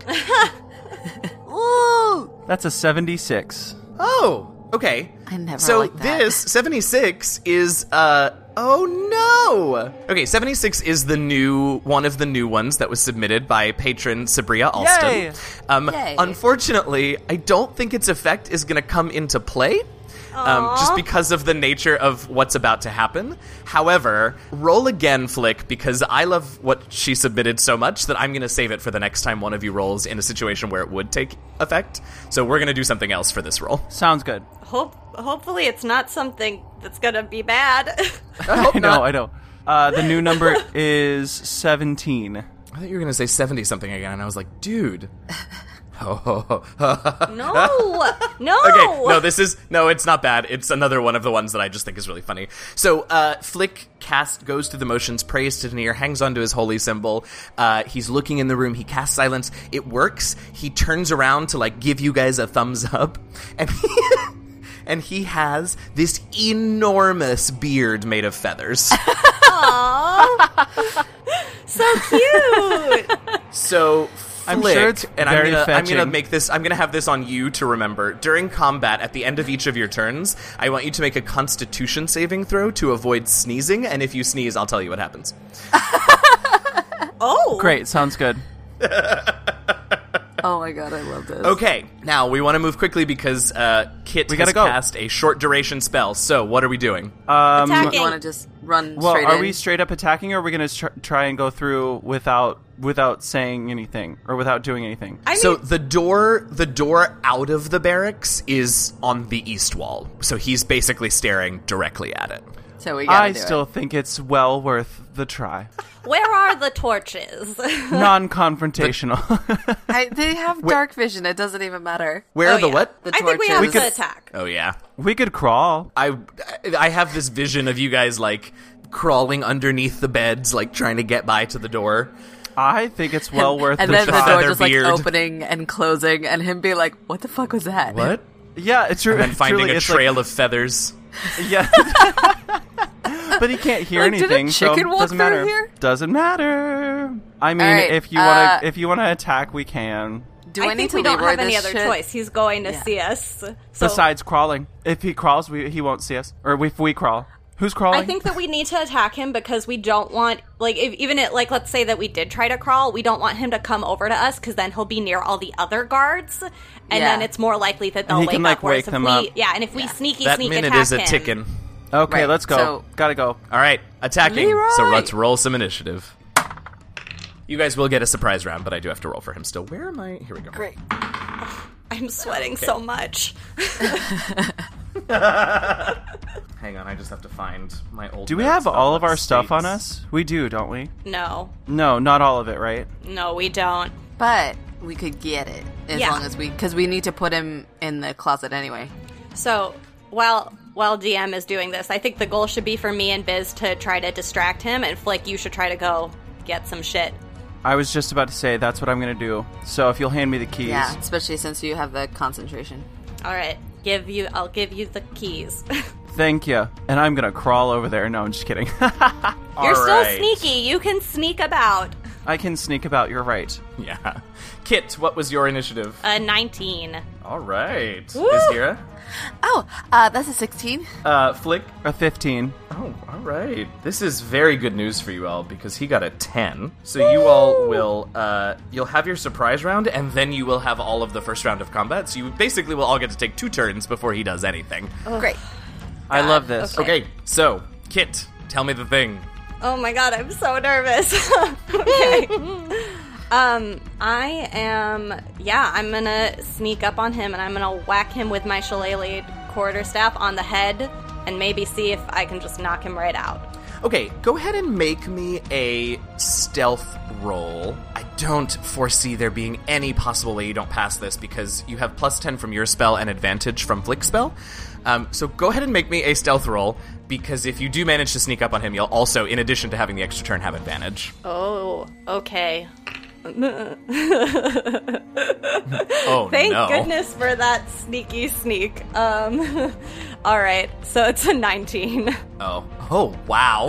Speaker 1: Ooh.
Speaker 4: That's a seventy-six.
Speaker 1: Oh, okay.
Speaker 2: I never
Speaker 1: So
Speaker 2: liked that.
Speaker 1: this 76 is uh oh no. Okay, 76 is the new one of the new ones that was submitted by patron Sabria Alston.
Speaker 4: Yay.
Speaker 1: Um
Speaker 2: Yay.
Speaker 1: unfortunately, I don't think its effect is going to come into play. Um, just because of the nature of what's about to happen. However, roll again, Flick, because I love what she submitted so much that I'm going to save it for the next time one of you rolls in a situation where it would take effect. So we're going to do something else for this roll.
Speaker 4: Sounds good.
Speaker 3: Hope, hopefully, it's not something that's gonna be bad.
Speaker 1: I hope
Speaker 4: I
Speaker 1: not.
Speaker 4: know, I know. Uh, the new number is 17.
Speaker 1: I thought you were gonna say seventy something again, and I was like, dude. Ho, ho, ho, ho, ho.
Speaker 3: no, no.
Speaker 1: Okay, no, this is no, it's not bad. It's another one of the ones that I just think is really funny. So, uh, Flick cast goes through the motions, prays to Denier, hangs onto his holy symbol. Uh, he's looking in the room. He casts silence. It works. He turns around to like give you guys a thumbs up, and. And he has this enormous beard made of feathers.
Speaker 3: Aw. so cute.
Speaker 1: So
Speaker 4: I'm
Speaker 1: Flick,
Speaker 4: sure it's
Speaker 1: and
Speaker 4: very
Speaker 1: I'm gonna, I'm gonna
Speaker 4: fetching.
Speaker 1: make this. I'm gonna have this on you to remember during combat. At the end of each of your turns, I want you to make a Constitution saving throw to avoid sneezing. And if you sneeze, I'll tell you what happens.
Speaker 3: Oh,
Speaker 4: Great, sounds good.
Speaker 2: Oh my god, I love this.
Speaker 1: Okay, now we want to move quickly because uh, Kit
Speaker 4: We
Speaker 1: has
Speaker 4: gotta go.
Speaker 1: cast a short duration spell. So what are we doing?
Speaker 4: Um,
Speaker 3: Attacking.
Speaker 2: You want to just run
Speaker 4: well,
Speaker 2: straight
Speaker 4: are
Speaker 2: in?
Speaker 4: we straight up attacking, or are we going to tr- try and go through without without saying anything or without doing anything?
Speaker 3: I mean,
Speaker 1: so the door, the door out of the barracks is on the east wall. So he's basically staring directly at it.
Speaker 2: so we gotta
Speaker 4: I
Speaker 2: do
Speaker 4: still think it's well worth the try.
Speaker 3: where are the torches?
Speaker 4: Non-confrontational.
Speaker 2: It. I, they have dark vision. It doesn't even matter.
Speaker 1: Where
Speaker 3: Oh,
Speaker 1: are the
Speaker 3: yeah.
Speaker 1: what?
Speaker 2: The
Speaker 3: I think we
Speaker 2: torches.
Speaker 3: have
Speaker 2: We
Speaker 3: to
Speaker 2: could-
Speaker 3: attack.
Speaker 1: oh yeah.
Speaker 4: we could crawl.
Speaker 1: I I have this vision of you guys like crawling underneath the beds, like trying to get by to the door.
Speaker 4: I think it's well worth
Speaker 2: and
Speaker 4: the
Speaker 2: then the
Speaker 4: try.
Speaker 2: door
Speaker 1: Feather
Speaker 2: just like
Speaker 1: beard.
Speaker 2: opening and closing, and him be like, "What the fuck was that?"
Speaker 4: yeah, it's true.
Speaker 1: And finding
Speaker 4: truly,
Speaker 1: a
Speaker 4: it's like-
Speaker 1: trail of feathers.
Speaker 4: Yeah. but he can't hear
Speaker 2: Like, did a
Speaker 4: anything. so
Speaker 2: chicken walk
Speaker 4: doesn't
Speaker 2: through
Speaker 4: matter.
Speaker 2: here?
Speaker 4: Doesn't matter. I mean,
Speaker 2: right,
Speaker 4: if you want
Speaker 2: uh,
Speaker 4: to, if you want to attack, we can.
Speaker 2: Do I,
Speaker 3: I
Speaker 2: need
Speaker 3: think
Speaker 2: to
Speaker 3: we don't
Speaker 2: Leroy
Speaker 3: have any
Speaker 2: this
Speaker 3: other
Speaker 2: shit?
Speaker 3: choice. He's going to
Speaker 2: Yeah.
Speaker 3: see us. So
Speaker 4: Besides crawling, if he crawls, we, he won't see us. Or if we crawl, who's crawling?
Speaker 3: I think that we need to attack him because we don't want, like, if, even it, like, let's say that we did try to crawl, we don't want him to come over to us because then he'll be near all the other guards, and
Speaker 2: Yeah.
Speaker 3: then it's more likely that they'll
Speaker 4: he
Speaker 3: wake
Speaker 4: can,
Speaker 3: up.
Speaker 4: like,
Speaker 3: whereas
Speaker 4: wake
Speaker 3: if
Speaker 4: them
Speaker 3: we,
Speaker 4: up.
Speaker 3: yeah, and if we sneaky
Speaker 1: that
Speaker 3: sneak
Speaker 1: minute
Speaker 3: attack
Speaker 1: is a
Speaker 3: him,
Speaker 1: ticking.
Speaker 4: Okay,
Speaker 2: Right,
Speaker 4: let's go.
Speaker 2: so-
Speaker 4: Gotta go.
Speaker 1: All right, attacking. So
Speaker 2: Leroy!
Speaker 1: let's roll some initiative. You guys will get a surprise round, but I do have to roll for him still. Where am I? Here we go.
Speaker 2: Great.
Speaker 3: I'm sweating so much.
Speaker 1: Hang on, I just have to find my old.
Speaker 4: Do we have all of our stuff on us? We do, don't we?
Speaker 3: No,
Speaker 4: No, not all of it, right?
Speaker 3: no, we don't.
Speaker 2: But we could get it as
Speaker 3: Yeah.
Speaker 2: long as we, because we need to put him in the closet anyway.
Speaker 3: So while while DM is doing this, I think the goal should be for me and Biz to try to distract him, and Flick, you should try to go get some shit.
Speaker 4: I was just about to say that's what I'm gonna do. So if you'll hand me the keys,
Speaker 2: Yeah, especially since you have the concentration.
Speaker 3: All right, give you. I'll give you the keys.
Speaker 4: thank you. And I'm gonna crawl over there. No, I'm just kidding.
Speaker 3: You're still
Speaker 1: Alright.
Speaker 3: sneaky. You can sneak about.
Speaker 4: I can sneak about. You're right.
Speaker 1: Yeah. Kit, what was your initiative?
Speaker 3: A 19.
Speaker 1: all right.
Speaker 3: Woo!
Speaker 1: Izira?
Speaker 2: Oh, uh, that's a sixteen.
Speaker 1: Uh, Flick?
Speaker 4: A 15.
Speaker 1: Oh, all right. This is very good news for you all because he got a 10. So you all will uh you'll have your surprise round and then you will have all of the first round of combat. So you basically will all get to take two turns before he does anything.
Speaker 2: Great.
Speaker 4: I love this.
Speaker 3: okay.
Speaker 1: Okay. So, Kit, tell me the thing.
Speaker 3: Oh my god, I'm so nervous. okay. um, I am. Yeah, I'm gonna sneak up on him and I'm gonna whack him with my shillelagh quarterstaff on the head and maybe see if I can just knock him right out.
Speaker 1: Okay, go ahead and make me a stealth roll. I don't foresee there being any possible way you don't pass this because you have plus 10 from your spell and advantage from Flick spell. Um, so go ahead and make me a stealth roll because if you do manage to sneak up on him, you'll also, in addition to having the extra turn, have advantage.
Speaker 3: Oh, okay.
Speaker 1: Oh,
Speaker 3: Thank
Speaker 1: no.
Speaker 3: goodness for that sneaky sneak. Um, all right, so it's a 19.
Speaker 1: Oh, oh wow.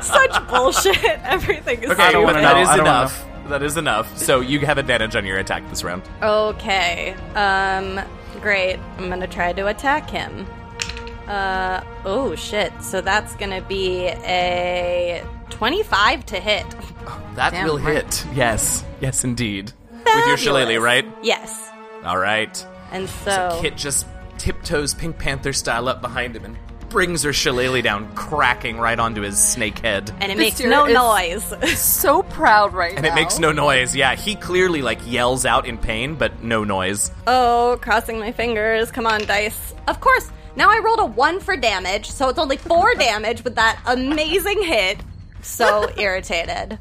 Speaker 3: Such bullshit. Everything is
Speaker 1: Okay,
Speaker 4: don't
Speaker 1: well,
Speaker 4: wanna
Speaker 1: that
Speaker 4: know,
Speaker 1: is
Speaker 4: I don't wanna
Speaker 1: enough. That is enough. So you have advantage on your attack this round.
Speaker 3: Okay. Um great. I'm going to try to attack him. Uh oh shit. So that's going to be a 25 to hit.
Speaker 1: That
Speaker 2: Damn
Speaker 1: will
Speaker 2: right.
Speaker 1: hit. Yes. Yes, indeed. With your
Speaker 3: Fabulous.
Speaker 1: shillelagh, right?
Speaker 3: Yes.
Speaker 1: All right.
Speaker 3: And so,
Speaker 1: Kit just tiptoes Pink Panther style up behind him and brings her shillelagh down, cracking right onto his snake head.
Speaker 3: and it
Speaker 2: This
Speaker 3: makes
Speaker 2: year
Speaker 3: no
Speaker 2: is-
Speaker 3: noise.
Speaker 2: So proud right
Speaker 1: And
Speaker 2: now.
Speaker 1: it makes no noise. Yeah, he clearly like yells out in pain, but no noise.
Speaker 3: oh, crossing my fingers. Come on, dice. Of course. Now I rolled a one for damage, so it's only four damage with that amazing hit. So irritated.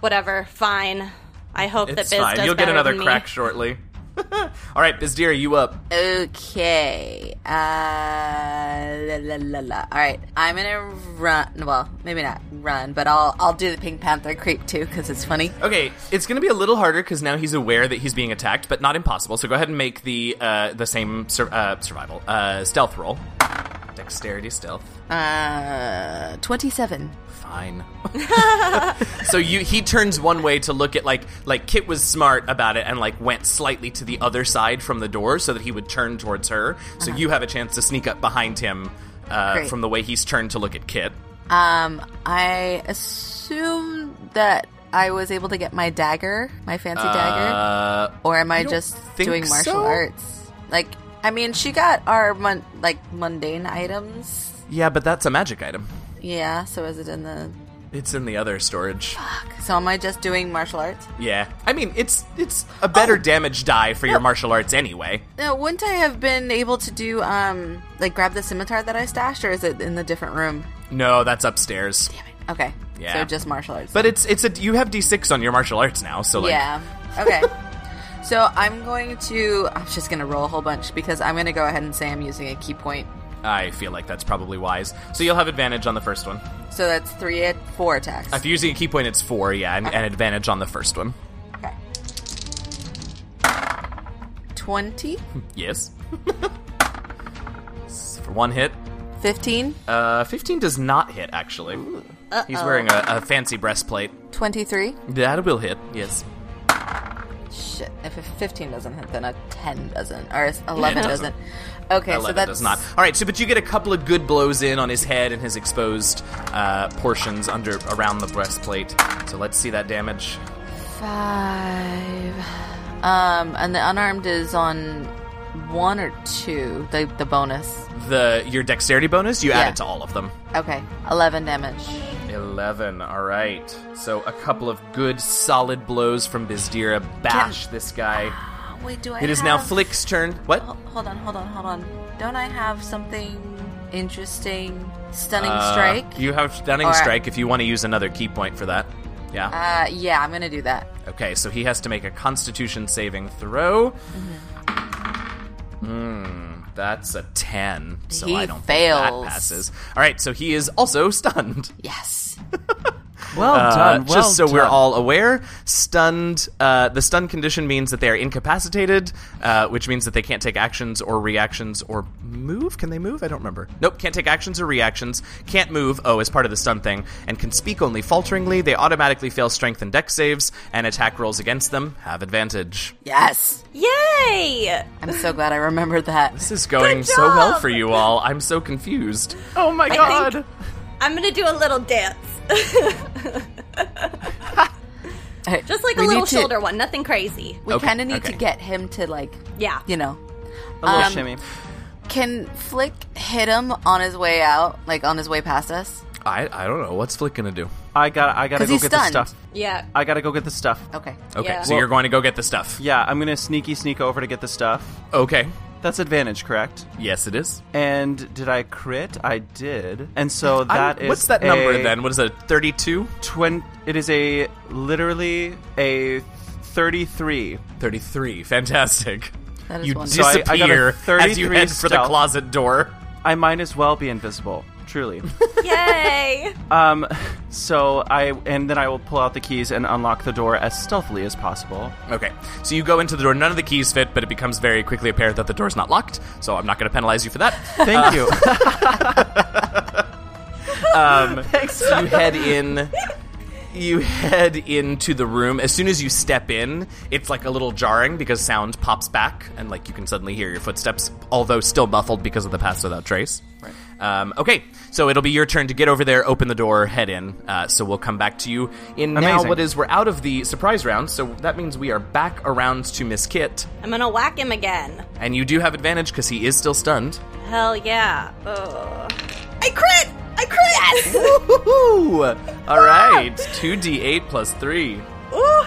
Speaker 3: Whatever, fine. I hope
Speaker 1: It's
Speaker 3: that Biz
Speaker 1: fine.
Speaker 3: does
Speaker 1: You'll get
Speaker 3: better
Speaker 1: another
Speaker 3: than me.
Speaker 1: crack shortly. All right, Bizdira, you up?
Speaker 2: Okay. Uh, la, la, la, la. All right. I'm gonna run. Well, maybe not run, but I'll I'll do the Pink Panther creep too because it's funny.
Speaker 1: Okay, it's going to be a little harder because now he's aware that he's being attacked, but not impossible. So go ahead and make the uh, the same sur- uh, survival uh, stealth roll, dexterity stealth.
Speaker 2: Uh, twenty-seven.
Speaker 1: Fine. so you he turns one way to look at like like Kit was smart about it and like went slightly to the other side from the door so that he would turn towards her. So you have a chance to sneak up behind him uh,
Speaker 2: Uh-huh. Great.
Speaker 1: from the way he's turned to look at Kit.
Speaker 2: Um, I assume that I was able to get my dagger, my fancy dagger,
Speaker 1: Uh,
Speaker 2: or am I
Speaker 1: don't
Speaker 2: just
Speaker 1: think
Speaker 2: doing martial
Speaker 1: so?
Speaker 2: arts? Like, I mean, she got our mon- like mundane items.
Speaker 1: yeah, but that's a magic item.
Speaker 2: Yeah. So is it in the?
Speaker 1: It's in the other storage.
Speaker 2: So am I just doing martial arts?
Speaker 1: Yeah, I mean it's it's a better
Speaker 2: Oh.
Speaker 1: damage die for your martial arts anyway.
Speaker 2: Now, Uh, wouldn't I have been able to do um like grab the scimitar that I stashed, or is it in the different room?
Speaker 1: No, that's upstairs.
Speaker 2: Okay.
Speaker 1: Yeah.
Speaker 2: So just martial arts.
Speaker 1: But it's it's a you have d6 on your martial arts now, so like
Speaker 2: yeah. Okay. so I'm going to. I'm just gonna roll a whole bunch because I'm gonna go ahead and say I'm using a key point.
Speaker 1: I feel like that's probably wise. So you'll have advantage on the first one.
Speaker 2: So that's three at four attacks.
Speaker 1: If you're using a key point, it's four, yeah, and, and advantage on the first one.
Speaker 2: Twenty.
Speaker 1: Yes. For one hit.
Speaker 2: Fifteen.
Speaker 1: Uh, 15 does not hit, actually. He's wearing a, a fancy breastplate.
Speaker 2: Twenty-three.
Speaker 1: That will hit, yes.
Speaker 2: Shit. If a fifteen doesn't hit, then a ten doesn't, or is- eleven
Speaker 1: doesn't.
Speaker 2: doesn't. Okay. so
Speaker 1: 11
Speaker 2: that's
Speaker 1: does not. All right, so but you get a couple of good blows in on his head and his exposed uh, portions under around the breastplate. So let's see that damage.
Speaker 2: Five. Um, and the unarmed is on one or two. The the bonus.
Speaker 1: The your dexterity bonus, you add
Speaker 2: Yeah.
Speaker 1: it to all of them.
Speaker 2: Okay, eleven damage.
Speaker 1: 11. All right. So a couple of good solid blows from Bizdira bash this guy.
Speaker 2: Oh, wait, do I?
Speaker 1: It is now Flick's turn. What? Uh,
Speaker 2: Ho- Hold on, hold on, hold on. Don't I have something interesting? Stunning
Speaker 1: Uh,
Speaker 2: strike.
Speaker 1: You have stunning
Speaker 2: All right.
Speaker 1: strike if you want to use another key point for that. Yeah.
Speaker 2: Uh, yeah, I'm gonna do that.
Speaker 1: okay, so he has to make a constitution saving throw. Hmm. that's a 10. So
Speaker 2: Mm-hmm. He
Speaker 1: I don't think
Speaker 2: fails.
Speaker 1: that passes. All right, so he is also stunned.
Speaker 2: Yes.
Speaker 4: Well
Speaker 1: Uh,
Speaker 4: done. Well
Speaker 1: just so we're
Speaker 4: done.
Speaker 1: all aware, stunned. Uh, the stun condition means that they are incapacitated, uh, which means that they can't take actions or reactions or move. Can they move? I don't remember. Nope, can't take actions or reactions. Can't move. Oh, as part of the stun thing, and can speak only falteringly. They automatically fail strength and dex saves, and attack rolls against them have advantage.
Speaker 2: Yes.
Speaker 3: Yay!
Speaker 2: I'm so glad I remembered that.
Speaker 1: This is going
Speaker 3: Good
Speaker 1: so well
Speaker 3: job!
Speaker 1: for you all. I'm so confused. Oh my
Speaker 3: I
Speaker 1: god.
Speaker 3: think- I'm gonna do a little dance. Just like a little shoulder one, nothing crazy.
Speaker 2: We
Speaker 1: Okay,
Speaker 2: kind of need
Speaker 1: okay.
Speaker 2: to get him to like,
Speaker 3: Yeah.
Speaker 2: you know,
Speaker 4: a little
Speaker 2: um,
Speaker 4: shimmy.
Speaker 2: Can Flick hit him on his way out, like on his way past us?
Speaker 1: I, I don't know. What's Flick gonna do?
Speaker 4: I got. I gotta
Speaker 2: 'cause
Speaker 4: go
Speaker 2: he's
Speaker 4: get
Speaker 2: stunned.
Speaker 4: the stuff.
Speaker 3: Yeah.
Speaker 4: I gotta go get the stuff.
Speaker 2: Okay.
Speaker 1: Okay,
Speaker 3: Yeah.
Speaker 1: so
Speaker 3: Well-
Speaker 1: you're going to go get the stuff.
Speaker 4: Yeah, I'm gonna sneaky sneak over to get the stuff.
Speaker 1: Okay.
Speaker 4: That's advantage, correct?
Speaker 1: Yes, it is.
Speaker 4: And did I crit? I did. And so
Speaker 1: I'm-
Speaker 4: that is
Speaker 1: what's that number
Speaker 4: a
Speaker 1: then? What is it? Thirty-two.
Speaker 4: Twen- it is a literally a thirty-three.
Speaker 1: 33. Fantastic.
Speaker 2: That is
Speaker 1: you
Speaker 2: wonderful.
Speaker 4: So I- I got a
Speaker 1: disappear as you
Speaker 4: 33
Speaker 1: head for the
Speaker 4: stealth.
Speaker 1: closet door.
Speaker 4: I might as well be invisible. Truly.
Speaker 3: Yay!
Speaker 4: um. So I and then I will pull out the keys and unlock the door as stealthily as possible.
Speaker 1: Okay, so you go into the door. None of the keys fit, but it becomes very quickly apparent that the door's not locked. So I'm not going to penalize you for that.
Speaker 4: Thank you.
Speaker 1: you head in. You head into the room. As soon as you step in, it's like a little jarring because sound pops back, and like you can suddenly hear your footsteps, although still muffled because of the past without trace. Right. Um, okay, so it'll be your turn to get over there, open the door, head in. Uh, so we'll come back to you in now.
Speaker 4: Amazing.
Speaker 1: What is we're out of the surprise round, so that means we are back around to Miss Kit,
Speaker 3: I'm gonna whack him again.
Speaker 1: and you do have advantage because he is still stunned.
Speaker 3: Hell yeah. Ugh. I crit! I crit!
Speaker 1: Woohoo! All right, two d eight plus three.
Speaker 3: Ooh,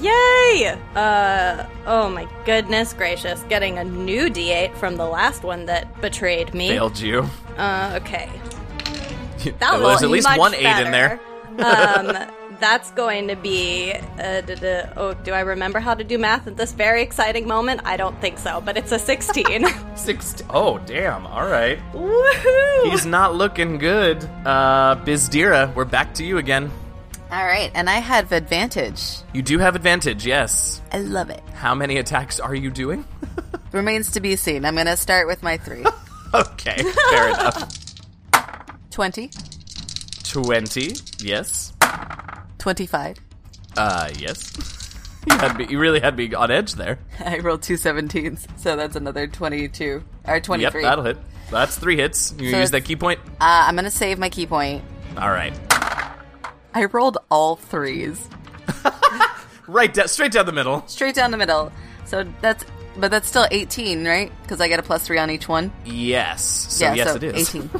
Speaker 3: Yay! Uh, oh my goodness gracious, getting a new d8 from the last one that betrayed me.
Speaker 1: Failed you.
Speaker 3: Uh, okay.
Speaker 1: There
Speaker 3: That
Speaker 1: was
Speaker 3: was
Speaker 1: at least one eight in there.
Speaker 3: um, that's going to be. Uh, duh, duh, oh, do I remember how to do math at this very exciting moment? I don't think so, but it's a 16.
Speaker 1: Six. Oh, damn. All right.
Speaker 3: Woohoo!
Speaker 1: He's not looking good. Uh, Bizdira, we're back to you again.
Speaker 2: All right, and I have advantage.
Speaker 1: You do have advantage, yes.
Speaker 2: I love it.
Speaker 1: How many attacks are you doing?
Speaker 2: Remains to be seen. I'm going to start with my three.
Speaker 1: okay, fair enough.
Speaker 2: 20,
Speaker 1: 20, yes.
Speaker 2: 25.
Speaker 1: Uh, yes. You, had me, you really had me on edge there.
Speaker 2: I rolled two 17s, so that's another 22 or
Speaker 1: Yep,
Speaker 2: 23.
Speaker 1: that'll hit. That's three hits. You
Speaker 2: So
Speaker 1: use that
Speaker 2: it's-
Speaker 1: key point.
Speaker 2: uh, I'm going to save my key point.
Speaker 1: All right.
Speaker 2: I rolled all threes
Speaker 1: Right, da- straight down the middle.
Speaker 2: straight down the middle. So that's, but that's still 18, right? Because I get a plus three on each one.
Speaker 1: Yes. So yes,
Speaker 2: so
Speaker 1: it is.
Speaker 2: 18.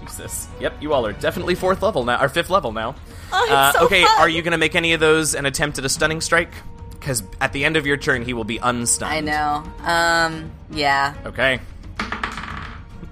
Speaker 1: Jesus. Yep, you all are definitely fourth level now, or fifth level now.
Speaker 3: Oh, it's
Speaker 1: Uh,
Speaker 3: so
Speaker 1: okay,
Speaker 3: fun.
Speaker 1: are you going to make any of those an attempt at a stunning strike? Because at the end of your turn, he will be unstunned.
Speaker 2: I know. Um, yeah.
Speaker 1: Okay.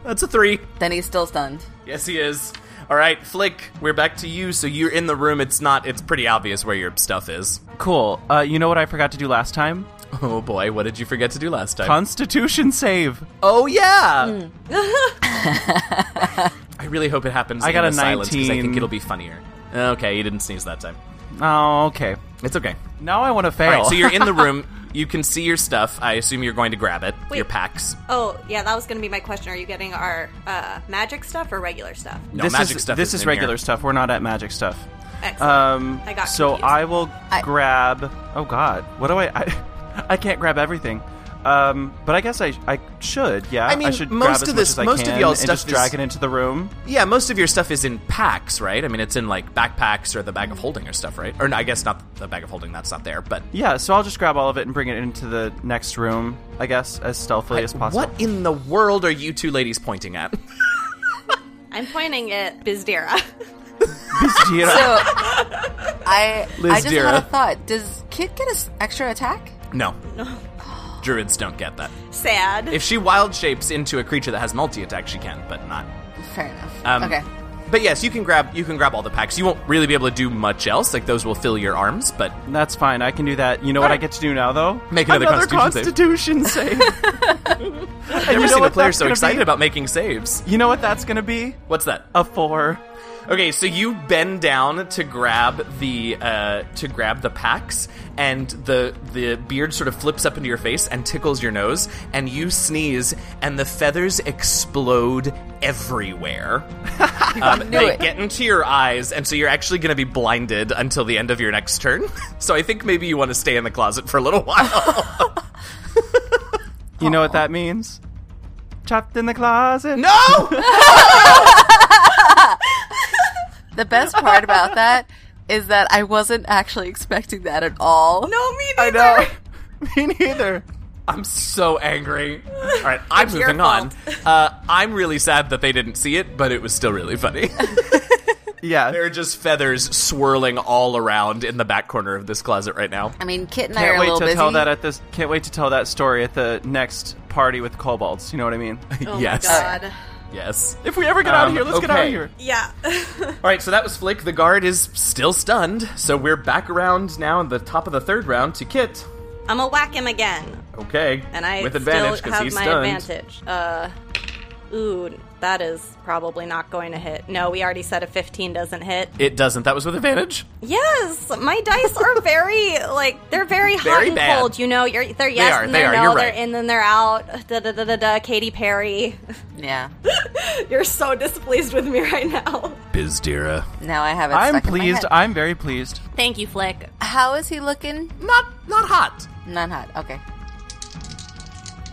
Speaker 1: That's a three.
Speaker 2: Then he's still stunned.
Speaker 1: Yes, he is. All right, Flick, we're back to you. So you're in the room. It's not. It's pretty obvious where your stuff is.
Speaker 4: Cool. Uh, you know what I forgot to do last time?
Speaker 1: Oh boy, what did you forget to do last time?
Speaker 4: Constitution save.
Speaker 1: oh yeah.
Speaker 3: Hmm.
Speaker 1: I really hope it happens.
Speaker 4: I
Speaker 1: in
Speaker 4: got
Speaker 1: the
Speaker 4: a
Speaker 1: silence 'cause I
Speaker 4: 19.
Speaker 1: think it'll be funnier. Okay, you didn't sneeze that time.
Speaker 4: Oh, okay.
Speaker 1: It's okay.
Speaker 4: Now I want to fail.
Speaker 1: All right, so you're in the room. You can see your stuff. I assume you're going to grab it.
Speaker 3: Wait.
Speaker 1: Your packs.
Speaker 3: Oh, yeah, that was going to be my question. Are you getting our uh, magic stuff or regular stuff?
Speaker 1: No,
Speaker 4: this
Speaker 1: magic
Speaker 4: is,
Speaker 1: stuff.
Speaker 4: This
Speaker 1: isn't
Speaker 4: is
Speaker 1: in
Speaker 4: regular
Speaker 1: here.
Speaker 4: stuff. We're not at magic stuff.
Speaker 3: Excellent.
Speaker 1: Uh,
Speaker 4: Um,
Speaker 3: I got
Speaker 4: so
Speaker 3: confused.
Speaker 4: I will
Speaker 2: I-
Speaker 4: grab. Oh God, what do I? I, I can't grab everything. Um, but I guess I I should. Yeah,
Speaker 1: I mean,
Speaker 4: should
Speaker 1: most of
Speaker 4: grab as much
Speaker 1: this-
Speaker 4: as I
Speaker 1: most of
Speaker 4: can
Speaker 1: y'all's
Speaker 4: and
Speaker 1: stuff
Speaker 4: just drag
Speaker 1: is-
Speaker 4: it into the room.
Speaker 1: Yeah, most of your stuff is in packs, right? I mean, it's in like backpacks or the bag of holding or stuff, right? Or no, I guess not the bag of holding. That's not there, but
Speaker 4: Yeah, so I'll just grab all of it and bring it into the next room. I guess as stealthily as possible.
Speaker 1: What in the world are you two ladies pointing at?
Speaker 3: I'm pointing at Bizdira.
Speaker 4: Bizdira.
Speaker 2: So I, I
Speaker 1: Liz
Speaker 2: just had a
Speaker 1: Dira.
Speaker 2: thought. Does Kid get an extra attack?
Speaker 1: no. Druids don't get that.
Speaker 3: Sad.
Speaker 1: If she wild shapes into a creature that has multi attack, she can, but not.
Speaker 2: Fair enough.
Speaker 1: Um,
Speaker 2: okay.
Speaker 1: But yes, you can grab you can grab all the packs. You won't really be able to do much else. Like those will fill your arms, but
Speaker 4: That's fine. I can do that. You know what I get to do now, though?
Speaker 1: Make another
Speaker 4: Constitution, save.
Speaker 1: I've never
Speaker 4: you know
Speaker 1: seen a
Speaker 4: what
Speaker 1: player
Speaker 4: that's
Speaker 1: so
Speaker 4: gonna
Speaker 1: excited
Speaker 4: be?
Speaker 1: about making saves.
Speaker 4: you know what that's gonna be?
Speaker 1: What's that?
Speaker 4: A four.
Speaker 1: Okay, so you bend down to grab the uh, to grab the packs, and the the beard sort of flips up into your face and tickles your nose, and you sneeze, and the feathers explode everywhere. Um,
Speaker 2: knew
Speaker 1: they
Speaker 2: it.
Speaker 1: get into your eyes, and so you're actually going to be blinded until the end of your next turn. so I think maybe you want to stay in the closet for a little while.
Speaker 4: You know what that means? Trapped in the closet.
Speaker 1: no,
Speaker 2: The best part about that is that I wasn't actually expecting that at all.
Speaker 3: no, me
Speaker 4: I
Speaker 3: neither.
Speaker 4: know. Me neither.
Speaker 1: I'm so angry. All right, I'm
Speaker 3: your
Speaker 1: moving on. Uh, I'm really sad that they didn't see it, but it was still really funny.
Speaker 4: Yeah.
Speaker 1: There are just feathers swirling all around in the back corner of this closet right now.
Speaker 2: I mean, Kit and I are
Speaker 4: can't
Speaker 2: a
Speaker 4: wait
Speaker 2: little
Speaker 4: to
Speaker 2: busy.
Speaker 4: tell that at this. Can't wait to tell that story at the next party with kobolds. You know what I mean?
Speaker 3: Oh
Speaker 1: yes.
Speaker 3: my god.
Speaker 1: Yes.
Speaker 4: if we ever get out of
Speaker 1: Um,
Speaker 4: here, let's get out of
Speaker 1: okay.
Speaker 4: here.
Speaker 3: Yeah.
Speaker 1: All right, so that was Flick. The guard is still stunned, so we're back around now in the top of the third round to Kit.
Speaker 3: I'm gonna whack him again.
Speaker 1: Okay.
Speaker 3: And I
Speaker 1: with advantage
Speaker 3: still
Speaker 1: because
Speaker 3: have
Speaker 1: he's
Speaker 3: my
Speaker 1: stunned.
Speaker 3: advantage. Uh ooh, that is probably not going to hit. No, we already said a fifteen doesn't hit.
Speaker 1: It doesn't. That was with advantage.
Speaker 3: Yes, my dice are very like they're very hot
Speaker 1: Very
Speaker 3: and
Speaker 1: bad.
Speaker 3: cold. You know, you're they're yes
Speaker 1: are,
Speaker 3: and
Speaker 1: they
Speaker 3: they're
Speaker 1: are,
Speaker 3: no,
Speaker 1: you're
Speaker 3: they're
Speaker 1: right.
Speaker 3: in and they're out. Da da da da da. Katy Perry,
Speaker 2: Yeah.
Speaker 3: you're so displeased with me right now.
Speaker 1: Bizdira.
Speaker 2: Now I have it.
Speaker 4: I'm
Speaker 2: stuck in my
Speaker 4: pleased.
Speaker 2: head.
Speaker 4: I'm very pleased.
Speaker 3: Thank you, Flick.
Speaker 2: How is he looking?
Speaker 1: Not not hot.
Speaker 2: Not hot. Okay.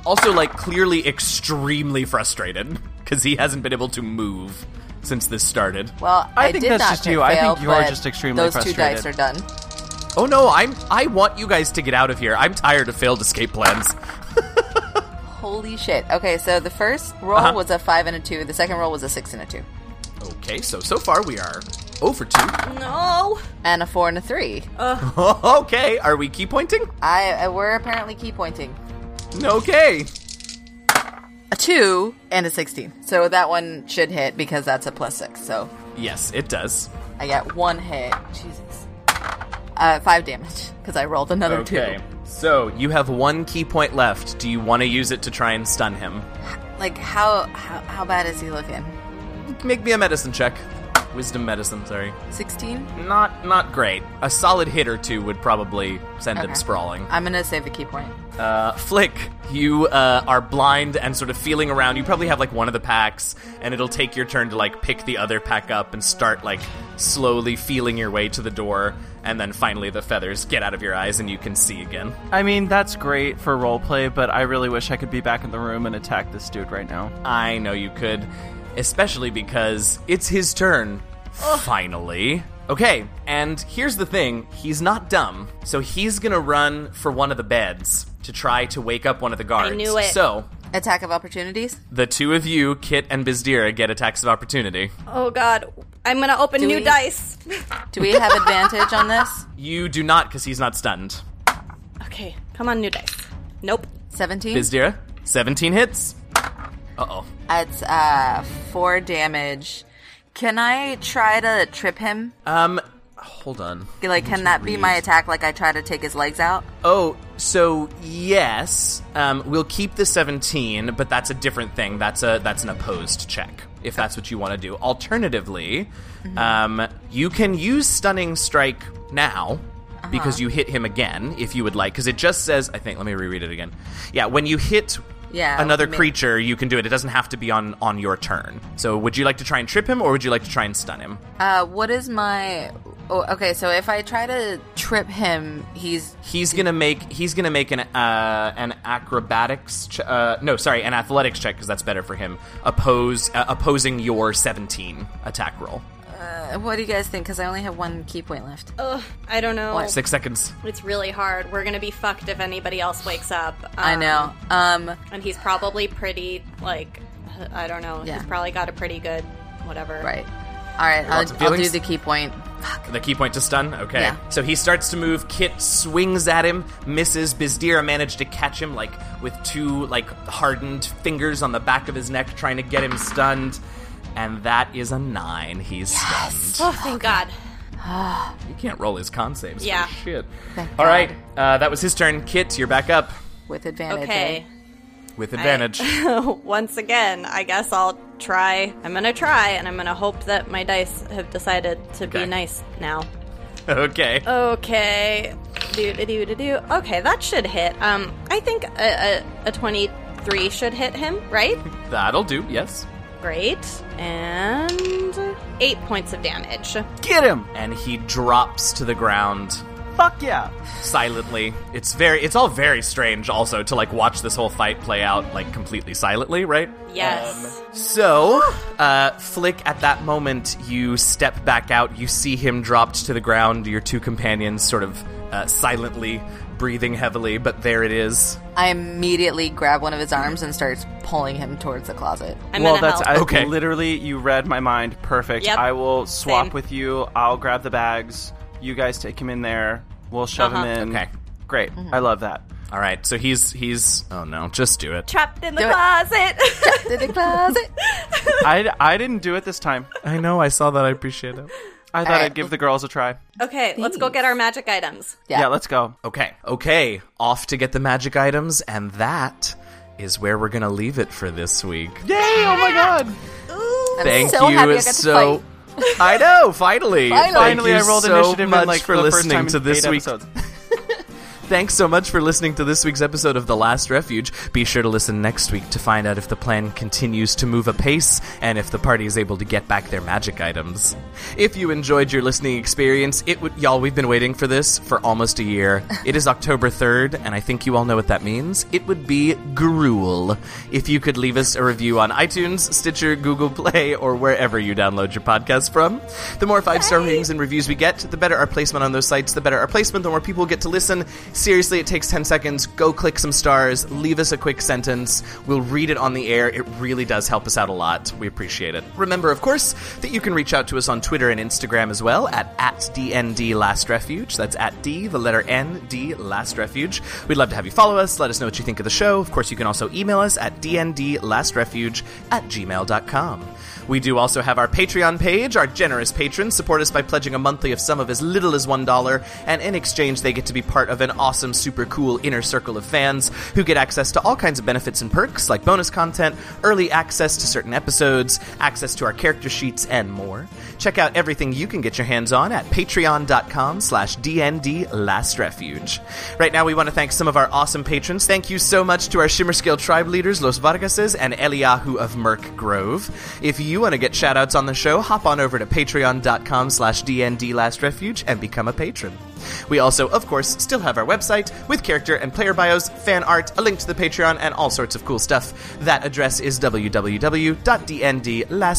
Speaker 1: Also, like clearly extremely frustrated because he hasn't been able to move since this started.
Speaker 2: Well,
Speaker 4: I
Speaker 2: I,
Speaker 4: think
Speaker 2: did
Speaker 4: that's
Speaker 2: not
Speaker 4: just
Speaker 2: crit
Speaker 4: you. I
Speaker 2: fail,
Speaker 4: think you are
Speaker 2: but
Speaker 4: just extremely
Speaker 2: Those two
Speaker 4: frustrated.
Speaker 2: dice are done.
Speaker 1: Oh no, I'm I want you guys to get out of here. I'm tired of failed escape plans.
Speaker 2: Holy shit. Okay, so the
Speaker 4: Uh-huh.
Speaker 2: first roll was a five and a two. The second roll was a six and a two.
Speaker 1: Okay, so so far we are over to.
Speaker 3: No.
Speaker 2: and a four and a three.
Speaker 1: okay, are we key pointing?
Speaker 2: I, I we're apparently key pointing.
Speaker 1: Okay.
Speaker 2: A two and a sixteen. So that one should hit because that's a plus six. So
Speaker 1: Yes, it does.
Speaker 2: I got one hit. Jesus. Uh, five damage because I rolled another
Speaker 1: Okay. So you have one key point left. Do you want to use it to try and stun him?
Speaker 2: two. Like how, how how bad is he looking?
Speaker 1: Make me a medicine check. Wisdom medicine, sorry.
Speaker 2: Sixteen.
Speaker 1: Not not great. A solid hit or two would probably send him
Speaker 2: Okay.
Speaker 1: sprawling.
Speaker 2: I'm gonna save the key point.
Speaker 1: Uh, Flick, you uh, are blind and sort of feeling around. You probably have like one of the packs, and it'll take your turn to like pick the other pack up and start like slowly feeling your way to the door, and then finally the feathers get out of your eyes and you can see again.
Speaker 4: I mean, that's great for roleplay, but I really wish I could be back in the room and attack this dude right now.
Speaker 1: I know you could, especially because it's his turn. Finally. Okay, and here's the thing he's not dumb, so he's gonna run for one of the beds to try to wake up one of the guards.
Speaker 3: knew it.
Speaker 1: So,
Speaker 2: Attack of opportunities.
Speaker 1: the two of you, Kit and Bizdira, get attacks of opportunity.
Speaker 3: Oh God. I'm gonna open new
Speaker 2: we-
Speaker 3: dice.
Speaker 2: Do we have advantage on this?
Speaker 1: You do not, because he's not stunned.
Speaker 3: Okay. Come on, new dice. Nope.
Speaker 2: Seventeen.
Speaker 1: Bizdira, 17 hits. Uh oh.
Speaker 2: That's uh four damage. Can I try to trip him?
Speaker 1: Um, hold on.
Speaker 2: Like, can that be my attack? Like, I try to take his legs out.
Speaker 1: Oh, so yes, um, we'll keep the seventeen, but that's a different thing. That's a that's an opposed check if that's what you want to do. Alternatively,
Speaker 2: Mm-hmm.
Speaker 1: um, you can use stunning strike now.
Speaker 2: Uh-huh.
Speaker 1: Because you hit him again, if you would like, because it just says, I think. Let me reread it again. Yeah, when you hit
Speaker 2: Yeah,
Speaker 1: another
Speaker 2: ma-
Speaker 1: creature, you can do it. It doesn't have to be on on your turn. So, would you like to try and trip him, or would you like to try and stun him?
Speaker 2: Uh, what is my? Oh, okay, so if I try to trip him, he's
Speaker 1: He's gonna make he's gonna make an uh, an acrobatics ch- uh, no sorry an athletics check because that's better for him oppose uh, opposing your seventeen attack roll
Speaker 2: uh, what do you guys think? Because I only have one key point left.
Speaker 3: Ugh. I don't know.
Speaker 2: What?
Speaker 1: six seconds
Speaker 3: It's really hard. We're gonna be fucked if anybody else wakes up.
Speaker 2: I
Speaker 3: Um,
Speaker 2: know. Um,
Speaker 3: And he's probably pretty like I don't know.
Speaker 2: Yeah.
Speaker 3: He's probably got a pretty good whatever.
Speaker 2: right. All right,
Speaker 1: Lots of
Speaker 2: I'll, I'll do
Speaker 1: feelings?
Speaker 2: the key point.
Speaker 1: the key point to stun okay
Speaker 2: Yeah.
Speaker 1: so he starts to move Kit swings at him misses Bizdira managed to catch him like with two like hardened fingers on the back of his neck trying to get him stunned and that is a nine he's stunned
Speaker 3: Oh, thank God.
Speaker 1: you can't roll his con saves for
Speaker 3: Yeah.
Speaker 1: shit
Speaker 2: Thank
Speaker 1: all
Speaker 2: God.
Speaker 1: right uh, that was his turn Kit you're back up.
Speaker 2: With advantage. eh?
Speaker 3: Okay.
Speaker 1: With advantage.
Speaker 3: Once again, I guess I'll try. I'm gonna try, and I'm gonna hope that my dice have decided to
Speaker 1: Okay.
Speaker 3: be nice now.
Speaker 1: okay.
Speaker 3: Okay. Do do do do do. Okay, that should hit. Um, I think a, a, a 23 should hit him, right?
Speaker 1: That'll do, yes.
Speaker 3: Great. And eight points of damage.
Speaker 4: Get him!
Speaker 1: And he drops to the ground
Speaker 4: Fuck yeah!
Speaker 1: silently. It's very it's all very strange also to like watch this whole fight play out like completely silently, right?
Speaker 3: Yes.
Speaker 1: So, uh, Flick, at that moment, you step back out. You see him dropped to the ground, your two companions sort of uh, silently breathing heavily, but there it is.
Speaker 2: I immediately grab one of his arms and starts pulling him towards the closet.
Speaker 3: I'm
Speaker 4: well,
Speaker 3: gonna
Speaker 4: that's
Speaker 3: help.
Speaker 4: I,
Speaker 1: Okay.
Speaker 4: Literally, you read my mind. Perfect.
Speaker 3: Yep.
Speaker 4: I will swap
Speaker 3: Same.
Speaker 4: with you. I'll grab the bags. You guys take him in there. We'll shove him in.
Speaker 1: Okay.
Speaker 4: Great. I love that.
Speaker 1: All right, so he's he's oh no, just do it.
Speaker 3: Trapped in the
Speaker 2: Do it.
Speaker 3: closet.
Speaker 2: To the closet.
Speaker 4: I, I didn't do it this time.
Speaker 1: I know, I saw that. I appreciate it.
Speaker 4: I thought
Speaker 1: Eh.
Speaker 2: right.
Speaker 4: I'd give the girls a try.
Speaker 3: okay, let's go get our magic items.
Speaker 2: Yeah.
Speaker 4: Yeah, let's go.
Speaker 1: Okay, okay, off to get the magic items, and that is where we're gonna leave it for this week.
Speaker 4: Yay! Oh my god!
Speaker 2: I'm
Speaker 1: Thank
Speaker 2: so
Speaker 1: you
Speaker 2: happy I got to
Speaker 1: so.
Speaker 2: fight.
Speaker 1: I know, finally.
Speaker 2: Finally.
Speaker 1: Thank
Speaker 4: Finally,
Speaker 1: you
Speaker 4: I rolled
Speaker 1: so
Speaker 4: initiative in
Speaker 1: much
Speaker 4: like
Speaker 1: for
Speaker 4: the first
Speaker 1: listening
Speaker 4: time
Speaker 1: to
Speaker 4: in
Speaker 1: this
Speaker 4: eight
Speaker 1: week.
Speaker 4: episodes.
Speaker 1: Thanks so much for listening to this week's episode of The Last Refuge. Be sure to listen next week to find out if the plan continues to move apace and if the party is able to get back their magic items. If you enjoyed your listening experience, it would y'all we've been waiting for this for almost a year. It is October 3rd and I think you all know what that means. It would be gruel. If you could leave us a review on iTunes, Stitcher, Google Play, or wherever you download your podcast from. The more five-star ratings and reviews we get, the better our placement on those sites, the better our placement, the more people get to listen Seriously, it takes 10 seconds. Go click some stars, leave us a quick sentence. We'll read it on the air. It really does help us out a lot. We appreciate it. Remember, of course, that you can reach out to us on Twitter and Instagram as well at, at DND Last Refuge. That's at D, the letter N, D, Last Refuge. We'd love to have you follow us. Let us know what you think of the show. Of course, you can also email us at dndlastrefuge at gmail.com. We do also have our Patreon page. Our generous patrons support us by pledging a monthly of some of as little as $1, and in exchange, they get to be part of an awesome, super cool inner circle of fans who get access to all kinds of benefits and perks like bonus content, early access to certain episodes, access to our character sheets, and more. Check out everything you can get your hands on at patreon.com slash DND Last Refuge. Right now, we want to thank some of our awesome patrons. Thank you so much to our Shimmer Scale tribe leaders, Los Vargases and Eliyahu of Merk Grove. If you want to get shoutouts on the show, hop on over to patreon.com slash DND Last Refuge and become a patron. We also, of course, still have our website with character and player bios, fan art, a link to the Patreon, and all sorts of cool stuff. That address is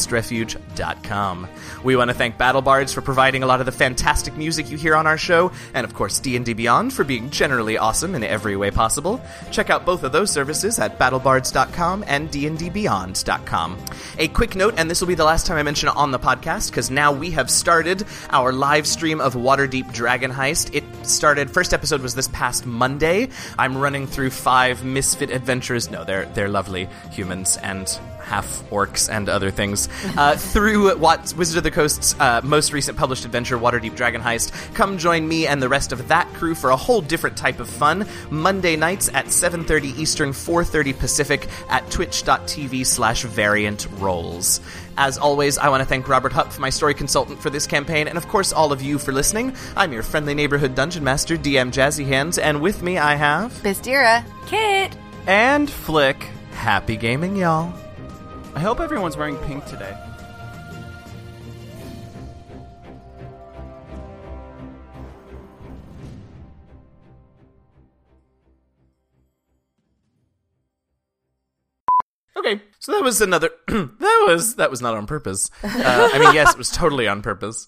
Speaker 1: www.dndlastrefuge.com. We want to thank Battle Bards for providing a lot of the fantastic music you hear on our show, and of course D&D Beyond for being generally awesome in every way possible. Check out both of those services at battlebards.com and dndbeyond.com. A quick note, and this will be the last time I mention it on the podcast, because now we have started our live stream of Waterdeep Dragon Heist. It started. First episode was this past Monday. I'm running through five misfit adventurers. No, they're they're lovely humans and half orcs and other things uh, through what Wizard of the Coast's uh, most recent published adventure, Waterdeep Dragon Heist. Come join me and the rest of that crew for a whole different type of fun. Monday nights at 7:30 Eastern, 4:30 Pacific at Twitch.tv/slash Variant Roles. As always, I want to thank Robert Hupp, my story consultant for this campaign, and of course all of you for listening. I'm your friendly neighborhood dungeon master, DM Jazzy Hands, and with me I have
Speaker 2: Bastira.
Speaker 3: Kit.
Speaker 4: And Flick.
Speaker 1: Happy gaming, y'all.
Speaker 4: I hope everyone's wearing pink today.
Speaker 1: Okay, so that was another. that was that was not on purpose. Uh, I mean, yes, it was totally on purpose.